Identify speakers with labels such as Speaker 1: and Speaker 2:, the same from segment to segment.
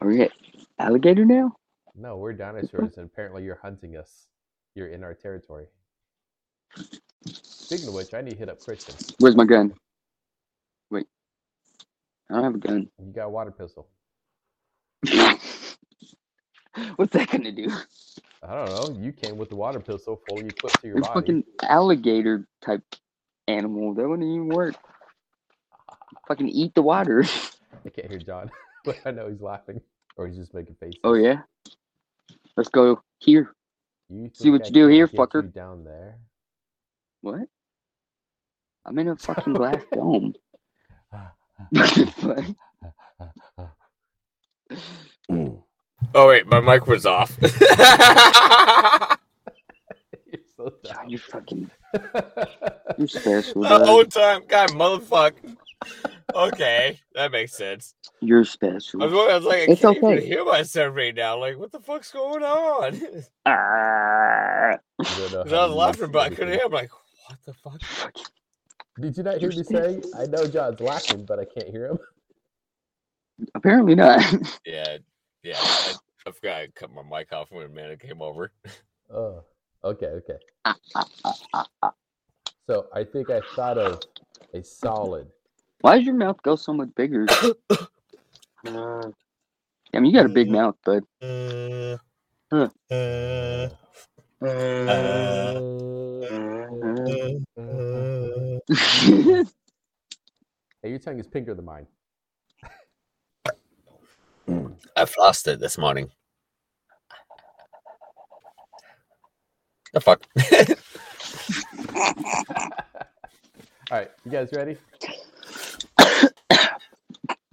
Speaker 1: Are we at alligator now?
Speaker 2: No, we're dinosaurs, and apparently you're hunting us. You're in our territory. Speaking of which, I need to hit up Christian.
Speaker 1: Where's my gun? I don't have a gun.
Speaker 2: You got a water pistol.
Speaker 1: What's that gonna do?
Speaker 2: I don't know. You came with the water pistol fully equipped to your
Speaker 1: It's
Speaker 2: body.
Speaker 1: fucking alligator type animal. That wouldn't even work. Fucking eat the water.
Speaker 2: I can't hear John, but I know he's laughing or he's just making faces.
Speaker 1: Oh yeah. Let's go here.
Speaker 2: You
Speaker 1: See what
Speaker 2: think
Speaker 1: you
Speaker 2: I
Speaker 1: do
Speaker 2: can't
Speaker 1: here,
Speaker 2: get
Speaker 1: fucker?
Speaker 2: you down there.
Speaker 1: What? I'm in a fucking glass dome.
Speaker 3: Oh wait, my mic was off. the
Speaker 2: You're so
Speaker 1: God,
Speaker 2: dumb.
Speaker 1: you fucking
Speaker 2: I
Speaker 1: you special.
Speaker 3: whole
Speaker 1: Dog.
Speaker 3: time, God, motherfucker. Okay, that makes sense.
Speaker 1: You're
Speaker 3: I was,
Speaker 1: special.
Speaker 3: wondering- I was like, I
Speaker 1: It's
Speaker 3: can't even
Speaker 1: okay.
Speaker 3: hear myself right now. Like, what the fuck's going on? 'Cause
Speaker 1: Ah,
Speaker 3: I was laughing, but I couldn't hear. I'm like, what the fuck?
Speaker 2: Did you not hear me say? I know John's laughing, but I can't hear him.
Speaker 1: apparently not.
Speaker 3: Yeah, yeah. I, I forgot I cut my mic off when Amanda came over.
Speaker 2: Oh, okay, okay. So I think I thought of a solid.
Speaker 1: Why does your mouth go so much bigger? Damn, you got a big mouth, bud.
Speaker 3: Uh,
Speaker 1: Huh.
Speaker 3: uh, uh,
Speaker 2: Hey, your tongue is pinker than mine.
Speaker 3: I flossed it this morning. The fuck?
Speaker 2: All right, you guys ready?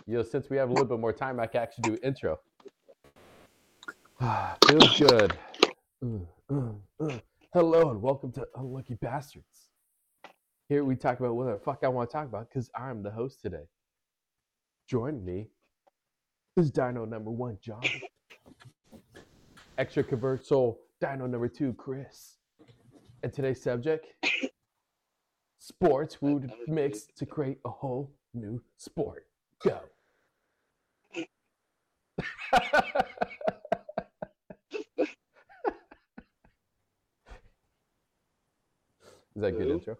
Speaker 2: you know, since we have a little bit more time, I can actually do intro. Ah, Feels good. Mm, mm, mm. Hello and welcome to Unlucky Bastards. Here we talk about whatever the fuck I want to talk about because I'm the host today. Joining me is Dino number one, John. Extra convert soul, Dino number two, Chris. And today's subject sports would mix to create a whole new sport. Go. Is that a good
Speaker 3: Hello?
Speaker 2: intro?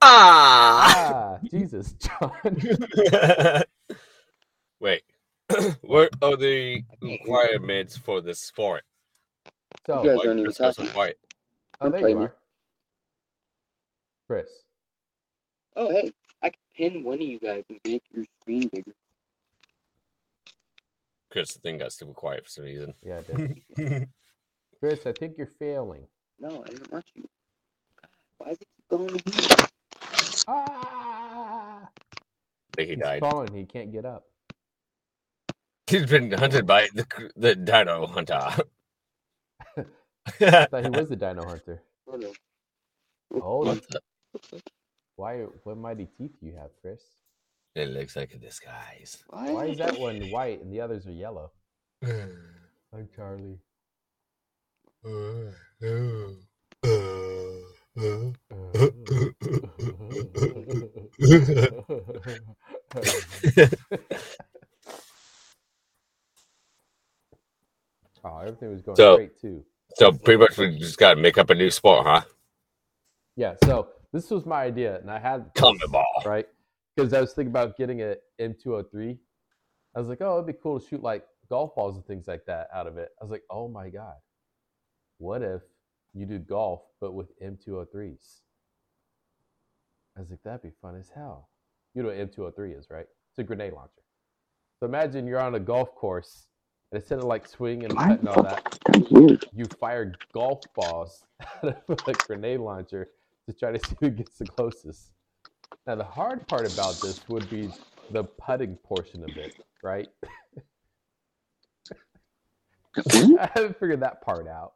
Speaker 3: Ah!
Speaker 2: Ah, Jesus, John.
Speaker 3: Wait. what are the requirements for this sport?
Speaker 2: So,
Speaker 1: You guys
Speaker 3: Like,
Speaker 1: aren't even
Speaker 3: this person
Speaker 1: talking.
Speaker 3: white.
Speaker 2: oh, there
Speaker 1: playing
Speaker 2: you
Speaker 1: it.
Speaker 2: are. Chris,
Speaker 1: Oh hey, I can pin one of you guys and make your screen bigger.
Speaker 3: Chris, the thing got super quiet for some reason.
Speaker 2: yeah, I did. Chris, I think you're failing.
Speaker 1: No, I didn't want you. Why is it keep going? to you?
Speaker 2: Ah!
Speaker 3: think he
Speaker 2: He's
Speaker 3: died.
Speaker 2: falling. He can't get up.
Speaker 3: He's been hunted by the, cr- the dino hunter.
Speaker 2: I thought he was the Dino Hunter.
Speaker 1: Hold on.
Speaker 2: Oh,
Speaker 3: What the-
Speaker 2: why? What mighty teeth you have, Chris?
Speaker 3: it looks like a disguise.
Speaker 2: Why is that one white and the others are yellow? I'm Charlie.
Speaker 3: Uh.
Speaker 2: oh, everything was going
Speaker 3: So-
Speaker 2: great too.
Speaker 3: so pretty much we just gotta make up a new sport, huh?
Speaker 2: Yeah, so this was my idea, and I had
Speaker 3: Come
Speaker 2: this,
Speaker 3: ball.
Speaker 2: right because I was thinking about getting a M203. I was like, oh, it'd be cool to shoot like golf balls and things like that out of it. I was like, oh my god, what if you do golf but with M203s? I was like, that'd be fun as hell. You know what M203 is, right? It's a grenade launcher. So imagine you're on a golf course, and instead of like swinging and
Speaker 1: What
Speaker 2: putting all
Speaker 1: the
Speaker 2: that,
Speaker 1: fuck? That's weird.
Speaker 2: you fire golf balls out of a grenade launcher to try to see who gets the closest. Now, the hard part about this would be the putting portion of it, right?
Speaker 1: What?
Speaker 2: I haven't figured that part out.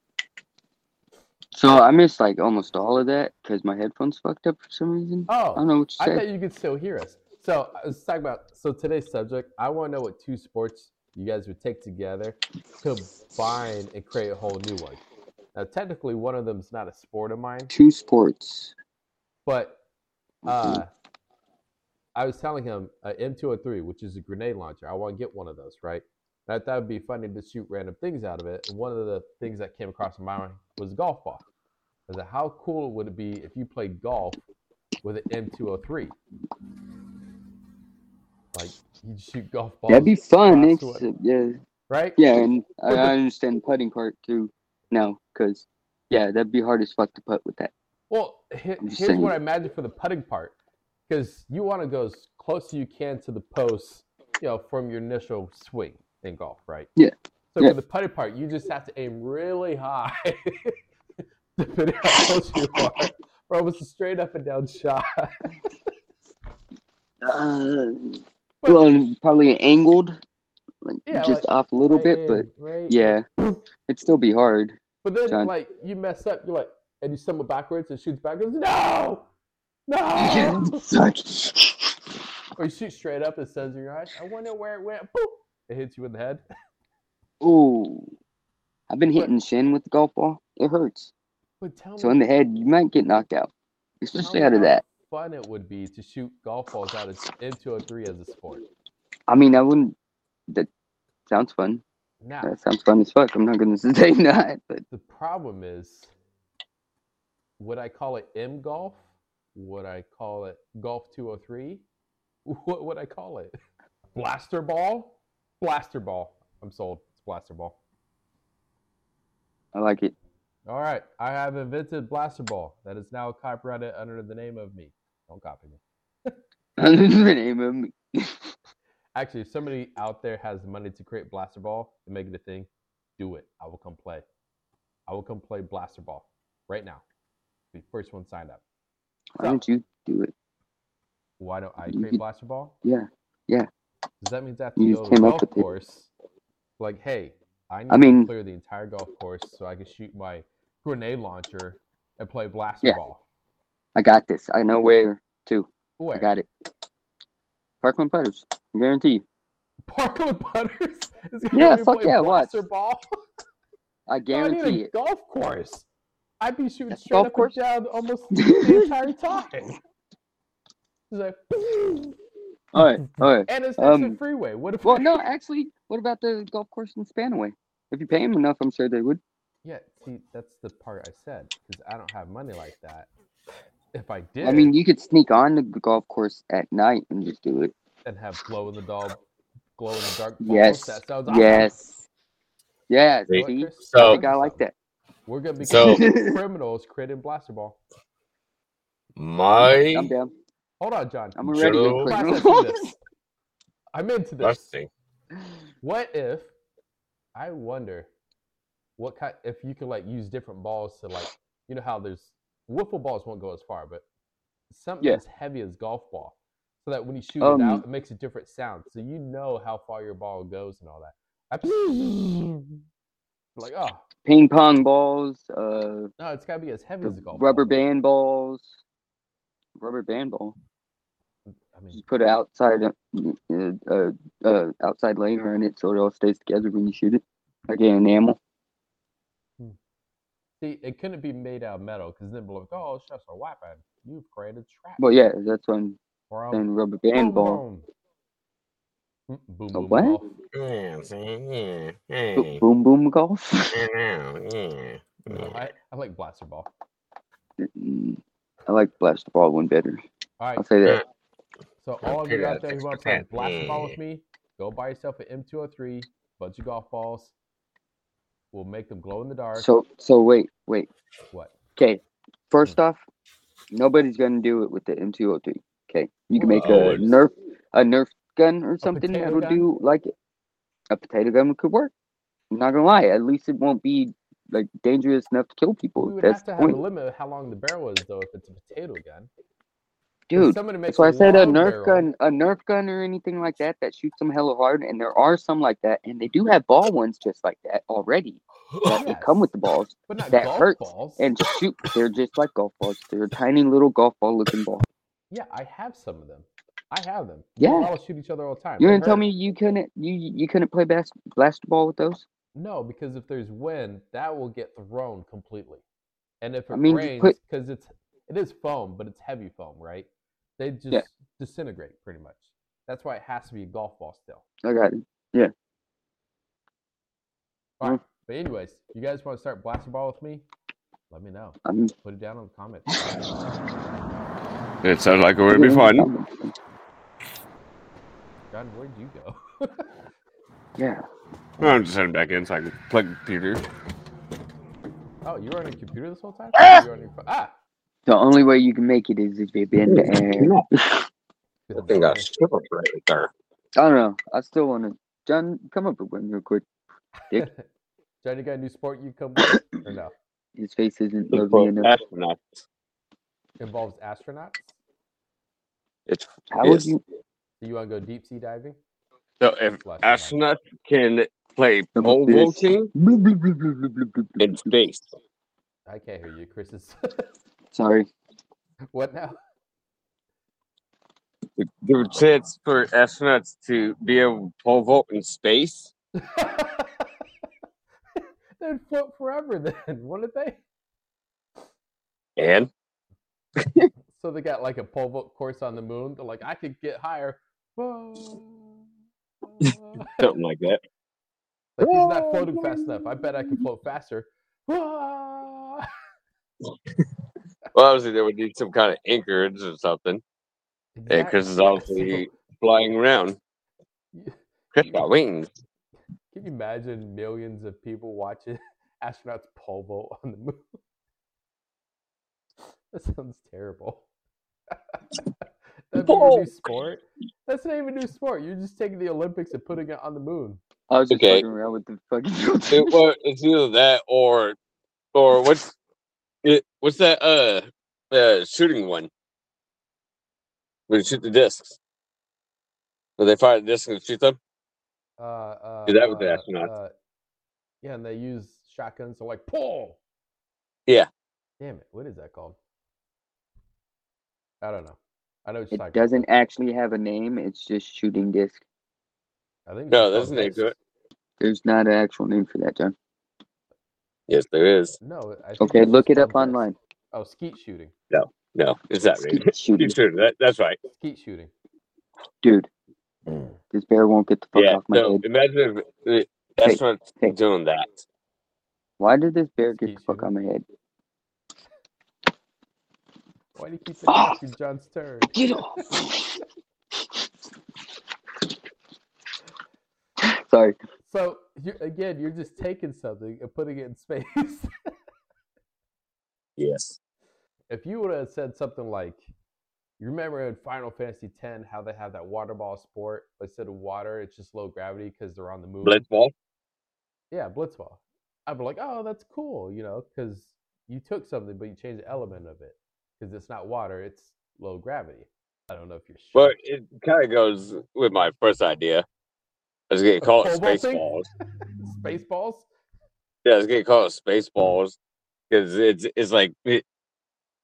Speaker 1: so I missed like almost all of that because my headphones fucked up for some reason. I don't
Speaker 2: Oh,
Speaker 1: know what you
Speaker 2: I
Speaker 1: said.
Speaker 2: thought you could still hear us. So, I was talking about so today's subject. I want to know what two sports you guys would take together, combine, and create a whole new one. Now, technically, one of them's not a sport of mine,
Speaker 1: Two sports.
Speaker 2: but uh, I was telling him uh, M203, which is a grenade launcher. I want to get one of those, right? And I thought it'd be funny to shoot random things out of it. And one of the things that came across my mind was a golf ball. I said, how cool would it be if you played golf with an M203? Like you shoot golf balls.
Speaker 1: That'd be fun.
Speaker 2: across
Speaker 1: It's,
Speaker 2: what-
Speaker 1: uh, yeah,
Speaker 2: right?
Speaker 1: yeah, and I,
Speaker 2: But the-
Speaker 1: I understand putting part too now, because yeah, that'd be hard as fuck to putt with that.
Speaker 2: Well, he-
Speaker 1: I'm just
Speaker 2: here's what
Speaker 1: saying.
Speaker 2: I imagine for the putting part, because you want to go as close as you can to the post, you know, from your initial swing in golf, right?
Speaker 1: Yeah.
Speaker 2: So
Speaker 1: Yeah.
Speaker 2: for the putting part, you just have to aim really high, depending how close you are, or almost a straight up and down shot.
Speaker 1: Uh,
Speaker 2: But-
Speaker 1: well, probably angled, like
Speaker 2: Yeah,
Speaker 1: just
Speaker 2: like,
Speaker 1: off a little bit,
Speaker 2: Right
Speaker 1: but
Speaker 2: in, right in.
Speaker 1: yeah, it'd still be hard.
Speaker 2: But then,
Speaker 1: John.
Speaker 2: like, you mess up, you're like, and you stumble backwards and shoots backwards. No, no. Or you shoot straight up, it says in your eyes. I wonder where it went. Boop. It hits you in the head.
Speaker 1: Ooh, I've been hitting shin with the golf ball. It hurts.
Speaker 2: But tell
Speaker 1: So
Speaker 2: me,
Speaker 1: in the head, you might get knocked out, especially
Speaker 2: How
Speaker 1: out of that.
Speaker 2: fun it would be to shoot golf balls out of M203 as a sport.
Speaker 1: I mean, I wouldn't. That sounds fun.
Speaker 2: Now,
Speaker 1: That sounds fun as fuck. I'm not gonna say not, but
Speaker 2: the problem is, would I call it M golf? Would I call it golf 203? What would I call it? Blaster ball? Blaster ball. I'm sold. It's blaster ball.
Speaker 1: I like it.
Speaker 2: All right, I have invented blaster ball that is now copyrighted under the name of me. Don't copy me.
Speaker 1: the name of me.
Speaker 2: Actually, if somebody out there has the money to create blaster ball and make it a thing, do it. I will come play. I will come play blaster ball right now. Be first one signed up.
Speaker 1: Why don't you do it?
Speaker 2: Why don't I
Speaker 1: You
Speaker 2: create
Speaker 1: could-
Speaker 2: blaster ball?
Speaker 1: Yeah.
Speaker 2: Does that mean I have
Speaker 1: You
Speaker 2: to
Speaker 1: just
Speaker 2: go to the
Speaker 1: came up
Speaker 2: golf
Speaker 1: with it.
Speaker 2: course? Like, hey, I need
Speaker 1: mean-
Speaker 2: to clear the entire golf course so I can shoot my grenade launcher and play blaster
Speaker 1: Yeah.
Speaker 2: ball.
Speaker 1: I got this. I know where to.
Speaker 2: Where?
Speaker 1: I got it. Parkland putters. Guarantee. you.
Speaker 2: Parkland putters? Is
Speaker 1: Yeah,
Speaker 2: gonna be
Speaker 1: fuck
Speaker 2: playing
Speaker 1: yeah, watch.
Speaker 2: blaster ball.
Speaker 1: I
Speaker 2: I need
Speaker 1: guarantee
Speaker 2: a
Speaker 1: it.
Speaker 2: golf course. I'd be shooting
Speaker 1: That's
Speaker 2: straight
Speaker 1: golf
Speaker 2: up
Speaker 1: course.
Speaker 2: and down almost the entire time. It's like,
Speaker 1: All right. All right.
Speaker 2: and it's next to the
Speaker 1: Um,
Speaker 2: freeway. What if?
Speaker 1: Well, no, actually, what about the golf course in Spanaway? If you pay them enough, I'm sure they would.
Speaker 2: Yeah, see, that's the part I said because I don't have money like that. If I did,
Speaker 1: I mean, you could sneak on the golf course at night and just do it.
Speaker 2: and have glow in the dog, glow in the dark. balls,
Speaker 1: Yes,
Speaker 2: that sounds awesome.
Speaker 1: Yes. Yes.
Speaker 4: Wait,
Speaker 1: see?
Speaker 2: Chris?
Speaker 1: I
Speaker 4: So-
Speaker 1: think I like that.
Speaker 2: We're gonna be
Speaker 4: So-
Speaker 2: criminals creating blaster ball.
Speaker 4: My
Speaker 1: I'm down.
Speaker 2: Hold on, John.
Speaker 1: I'm already a
Speaker 4: Joe.
Speaker 1: criminal.
Speaker 2: Processing this. I'm into this.
Speaker 4: last thing.
Speaker 2: What if I wonder what kind if you could like use different balls to like you know how there's wiffle balls won't go as far, but something
Speaker 1: Yeah.
Speaker 2: as heavy as golf ball. So that when you shoot
Speaker 1: Um,
Speaker 2: it out, it makes a different sound. So you know how far your ball goes and all that. I- like, oh
Speaker 1: Ping pong balls, uh,
Speaker 2: no, it's gotta be as heavy as a golf
Speaker 1: rubber
Speaker 2: ball.
Speaker 1: band balls, rubber band ball.
Speaker 2: I mean
Speaker 1: Just put an outside, uh, uh, uh, outside layer in it so it all stays together when you shoot it, like an enamel.
Speaker 2: see it couldn't be made out of metal because then be like, oh it's just a weapon. You've created trap.
Speaker 1: Well, yeah, that's what I'm
Speaker 2: from
Speaker 1: saying. Rubber band
Speaker 2: boom,
Speaker 1: ball,
Speaker 2: boom. Mm, Boom,
Speaker 1: A
Speaker 2: boom,
Speaker 1: what?
Speaker 2: ball.
Speaker 4: Yeah, yeah,
Speaker 1: Bo-
Speaker 4: yeah,
Speaker 1: boom boom golf.
Speaker 4: yeah, yeah,
Speaker 2: No,
Speaker 4: yeah.
Speaker 2: I, I like blaster ball.
Speaker 1: Mm, I like blaster ball one better.
Speaker 2: All right.
Speaker 1: I'll say that.
Speaker 2: So all of you
Speaker 4: Okay,
Speaker 2: out there who want to play
Speaker 4: that's
Speaker 2: blaster ball with
Speaker 4: it.
Speaker 2: me, go buy yourself an M203, bunch of golf balls. We'll make them glow in the dark.
Speaker 1: So so wait wait.
Speaker 2: what? Hmm.
Speaker 1: Okay, first off, nobody's gonna do it with the M203. Okay, you can make
Speaker 4: Well,
Speaker 1: a
Speaker 4: it's-
Speaker 1: Nerf a Nerf gun or something
Speaker 2: potato
Speaker 1: that'll
Speaker 2: gun?
Speaker 1: do like it. A potato gun could work. I'm not gonna lie. At least it won't be like dangerous enough to kill
Speaker 2: We
Speaker 1: people.
Speaker 2: would
Speaker 1: That's
Speaker 2: have to
Speaker 1: the
Speaker 2: have a
Speaker 1: point,
Speaker 2: limit of how long the barrel is, though, if it's a potato gun. If
Speaker 1: dude.
Speaker 2: somebody makes
Speaker 1: That's why I said a
Speaker 2: long
Speaker 1: Nerf
Speaker 2: barrel-
Speaker 1: gun, a Nerf gun or anything like that that shoots them hella hard, and there are some like that, and they do have ball ones just like that already. That they come
Speaker 2: Yes,
Speaker 1: with the balls.
Speaker 2: but not
Speaker 1: that
Speaker 2: golf
Speaker 1: hurts
Speaker 2: balls.
Speaker 1: and shoot. They're just like golf balls. They're a tiny little golf ball looking ball.
Speaker 2: yeah, I have some of them. I have them.
Speaker 1: Yeah.
Speaker 2: We all shoot each other all the time.
Speaker 1: You're
Speaker 2: They
Speaker 1: gonna tell
Speaker 2: hurt.
Speaker 1: me you couldn't you you couldn't play bas- blaster ball with those?
Speaker 2: No, because if there's wind, that will get thrown completely. And if it
Speaker 1: I mean, you
Speaker 2: rains,
Speaker 1: put-
Speaker 2: because it's it is foam, but it's heavy foam, right? They just
Speaker 1: Yeah.
Speaker 2: disintegrate pretty much. That's why it has to be a golf ball still.
Speaker 1: I got it.
Speaker 2: All
Speaker 1: Mhm.
Speaker 2: right. But anyways, you guys want to start blasting ball with me? Let me know.
Speaker 1: I'm
Speaker 2: Put it down in the comments.
Speaker 3: It sounds like it would be fun.
Speaker 2: John, where'd you go?
Speaker 1: Yeah.
Speaker 3: I'm just heading back in so I can plug the computer.
Speaker 2: oh, you were on your computer this whole time? Or you were on your phone? Ah!
Speaker 1: The only way you can make it is if you've been to air.
Speaker 4: That thing got short right there.
Speaker 1: I don't know. I still want to. John, come up with one real quick. dick.
Speaker 2: John, you got a new sport you come with? Or no?
Speaker 1: His face isn't
Speaker 4: Look
Speaker 1: lovely
Speaker 4: for
Speaker 1: enough.
Speaker 4: astronaut.
Speaker 2: Involves astronauts?
Speaker 4: It's
Speaker 1: How would
Speaker 4: yes.
Speaker 1: you?
Speaker 2: Do you want to go deep sea diving?
Speaker 3: So if
Speaker 2: Flash your mic.
Speaker 3: astronauts can play
Speaker 1: Look
Speaker 3: pole
Speaker 1: at this.
Speaker 3: vaulting in space,
Speaker 2: I can't hear you, Chris. Is...
Speaker 1: Sorry.
Speaker 2: what now?
Speaker 3: give a chance for astronauts to be able to pole vault in space.
Speaker 2: They'd float forever then, wouldn't they?
Speaker 3: And
Speaker 2: So they got like a pole vault course on the moon. They're like, I could get higher. Whoa. whoa."
Speaker 3: something like that.
Speaker 2: Like he's not floating fast enough. I bet I can float faster. Whoa.
Speaker 3: Well, obviously, they would need some kind of anchorage or something. And Chris is
Speaker 2: Exactly.
Speaker 3: obviously flying around.
Speaker 2: So,
Speaker 3: Chris got wings.
Speaker 2: Can you imagine millions of people watching astronauts pole vault on the moon? That sounds terrible. That'd be a new
Speaker 3: Vault.
Speaker 2: sport. That's not even a new sport. You're just taking the Olympics and putting it on the moon.
Speaker 1: I was just
Speaker 3: Okay.
Speaker 1: fucking around with the fucking.
Speaker 3: It, well, it's either that or, or what's it? What's that? Uh, uh, shooting one. When you shoot the discs. When they fire the discs and shoot them.
Speaker 2: Uh, uh,
Speaker 3: Do that with the
Speaker 2: uh,
Speaker 3: astronauts.
Speaker 2: uh, yeah, and they use shotguns. So like, pull.
Speaker 3: Yeah.
Speaker 2: Damn it! What is that called? I don't know. I know what you're
Speaker 1: It
Speaker 2: talking
Speaker 1: doesn't
Speaker 2: About.
Speaker 1: actually have a name. It's just shooting disc.
Speaker 2: though. I think it's
Speaker 3: No,
Speaker 2: just
Speaker 3: that's
Speaker 2: called
Speaker 3: an name to
Speaker 2: discs.
Speaker 3: it.
Speaker 1: There's not an actual name for that, John.
Speaker 3: Yes, there is.
Speaker 2: No. I think
Speaker 1: Okay,
Speaker 2: it's
Speaker 1: look
Speaker 2: just
Speaker 1: it up
Speaker 2: called discs.
Speaker 1: online.
Speaker 2: Oh, skeet shooting.
Speaker 3: No, it's that right.
Speaker 1: Skeet shooting,
Speaker 3: Skeet shooter, that- that's right.
Speaker 2: Skeet shooting.
Speaker 1: dude. This bear won't get the fuck
Speaker 3: yeah.
Speaker 1: off my
Speaker 3: So
Speaker 1: head.
Speaker 3: imagine if the astronauts
Speaker 1: hey.
Speaker 3: doing that.
Speaker 1: Why did this bear get
Speaker 2: Skeet
Speaker 1: the fuck on my head?
Speaker 2: Why do you keep
Speaker 1: Ah!
Speaker 2: interrupting John's turn?
Speaker 1: Get off! Sorry.
Speaker 2: So you again, you're just taking something and putting it in space.
Speaker 3: Yes.
Speaker 2: if you would have said something like, you remember in Final Fantasy X how they have that water ball sport, but instead of water, it's just low gravity because they're on the moon.
Speaker 3: Blitzball.
Speaker 2: Yeah, blitzball. I'd be like, oh, that's cool, you know, because you took something but you changed the element of it because it's not water, it's low gravity. I don't know if you're sure.
Speaker 3: Well, it kind of goes with my first idea. I was gonna call it
Speaker 2: pole vaulting?
Speaker 3: spaceballs.
Speaker 2: Spaceballs.
Speaker 3: Yeah, I was gonna call it spaceballs because it's it's like it,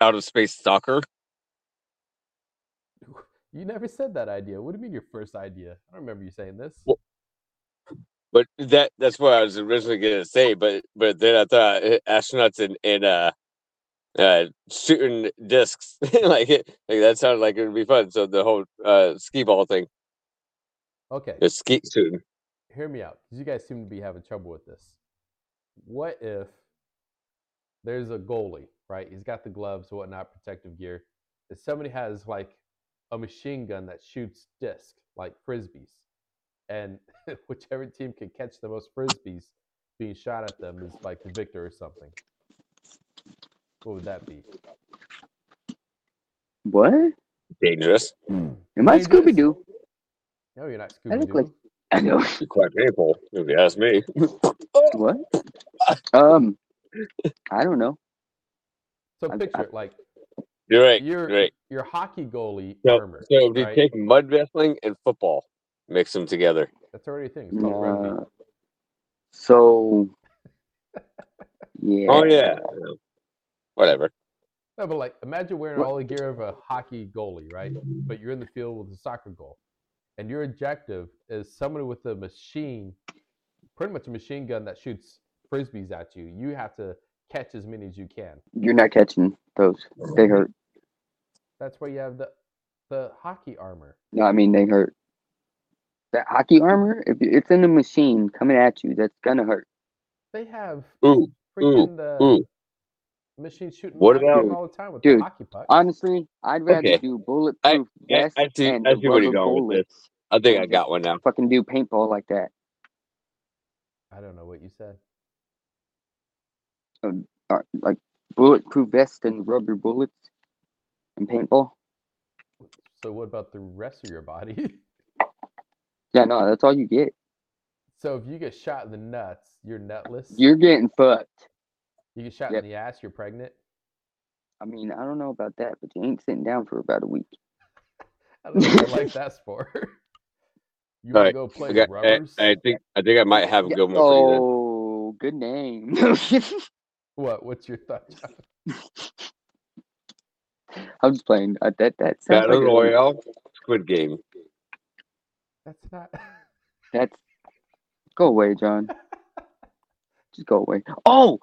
Speaker 3: out of space soccer.
Speaker 2: You never said that idea. What do you mean your first idea? I don't remember you saying this.
Speaker 3: Well, But that that's what I was originally gonna say. But but then I thought uh, astronauts and and uh, uh shooting discs like it like that sounded like it would be fun. So the whole uh ski ball thing,
Speaker 2: Okay.
Speaker 3: the ski shooting.
Speaker 2: hear me out because you guys seem to be having trouble with this. What if there's a goalie, right? He's got the gloves, whatnot, protective gear. If somebody has like a machine gun that shoots disc, like frisbees, and whichever team can catch the most frisbees being shot at them is like the victor or something. What would that be?
Speaker 1: What?
Speaker 3: Dangerous.
Speaker 1: Am I
Speaker 2: Dangerous?
Speaker 1: Scooby Doo?
Speaker 2: No, you're not
Speaker 1: I
Speaker 2: Scooby
Speaker 1: look
Speaker 2: Doo.
Speaker 1: like. I know.
Speaker 3: Be quite painful, if you ask me.
Speaker 1: What? Um, I don't know.
Speaker 2: so
Speaker 1: I-
Speaker 2: picture it like
Speaker 3: You're right.
Speaker 2: your
Speaker 3: You're right.
Speaker 2: your hockey goalie
Speaker 3: So,
Speaker 2: armor.
Speaker 3: so if you
Speaker 2: right?
Speaker 3: take mud wrestling and football, mix them together.
Speaker 2: That's already a thing. It's called rugby.
Speaker 1: Uh, so. Yeah.
Speaker 3: Oh yeah. Whatever.
Speaker 2: No, but like, imagine wearing
Speaker 1: What-
Speaker 2: all the gear of a hockey goalie, right? But you're in the field with a soccer goal, and your objective is somebody with a machine, pretty much a machine gun that shoots frisbees at you. You have to catch as many as you can.
Speaker 1: You're not catching those. They hurt.
Speaker 2: That's why you have the The hockey armor.
Speaker 1: No, I mean they hurt. That hockey armor, if it's in a machine coming at you, that's gonna hurt.
Speaker 2: They have
Speaker 3: Ooh,
Speaker 2: freaking the
Speaker 3: ooh.
Speaker 2: machine shooting
Speaker 3: What
Speaker 2: hockey
Speaker 3: about-
Speaker 2: all the time with
Speaker 1: Dude.
Speaker 2: the hockey puck.
Speaker 1: Honestly, I'd rather
Speaker 3: Okay.
Speaker 1: do bulletproof
Speaker 3: I- I
Speaker 1: vests
Speaker 3: see-
Speaker 1: and
Speaker 3: I see where you're
Speaker 1: rubber
Speaker 3: going with this.
Speaker 1: bullets.
Speaker 3: I think I got one now.
Speaker 1: Fucking do paintball like that.
Speaker 2: I don't know what you said.
Speaker 1: Or, Uh, like bulletproof vest and rubber bullets and paintball.
Speaker 2: So what about the rest of your body?
Speaker 1: Yeah, no, that's all you get.
Speaker 2: so if you get shot in the nuts, you're nutless.
Speaker 1: You're getting fucked.
Speaker 2: you get shot
Speaker 1: Yep.
Speaker 2: in the ass, you're pregnant.
Speaker 1: I mean, I don't know about that, but you ain't sitting down for about a week.
Speaker 2: I don't know what life that's for. you want
Speaker 3: right,
Speaker 2: to go play
Speaker 3: Okay,
Speaker 2: with
Speaker 3: I,
Speaker 2: rubbers?
Speaker 3: I think I think I might have a
Speaker 1: Yeah,
Speaker 3: good one for you.
Speaker 1: oh, good name.
Speaker 2: What? What's your thought? John?
Speaker 1: I'm just playing. Uh, that that
Speaker 3: Then.
Speaker 1: sounds
Speaker 3: Battle
Speaker 1: like a-
Speaker 3: Royale, Squid Game.
Speaker 2: That's not.
Speaker 1: That's go away, John. Just go away. Oh,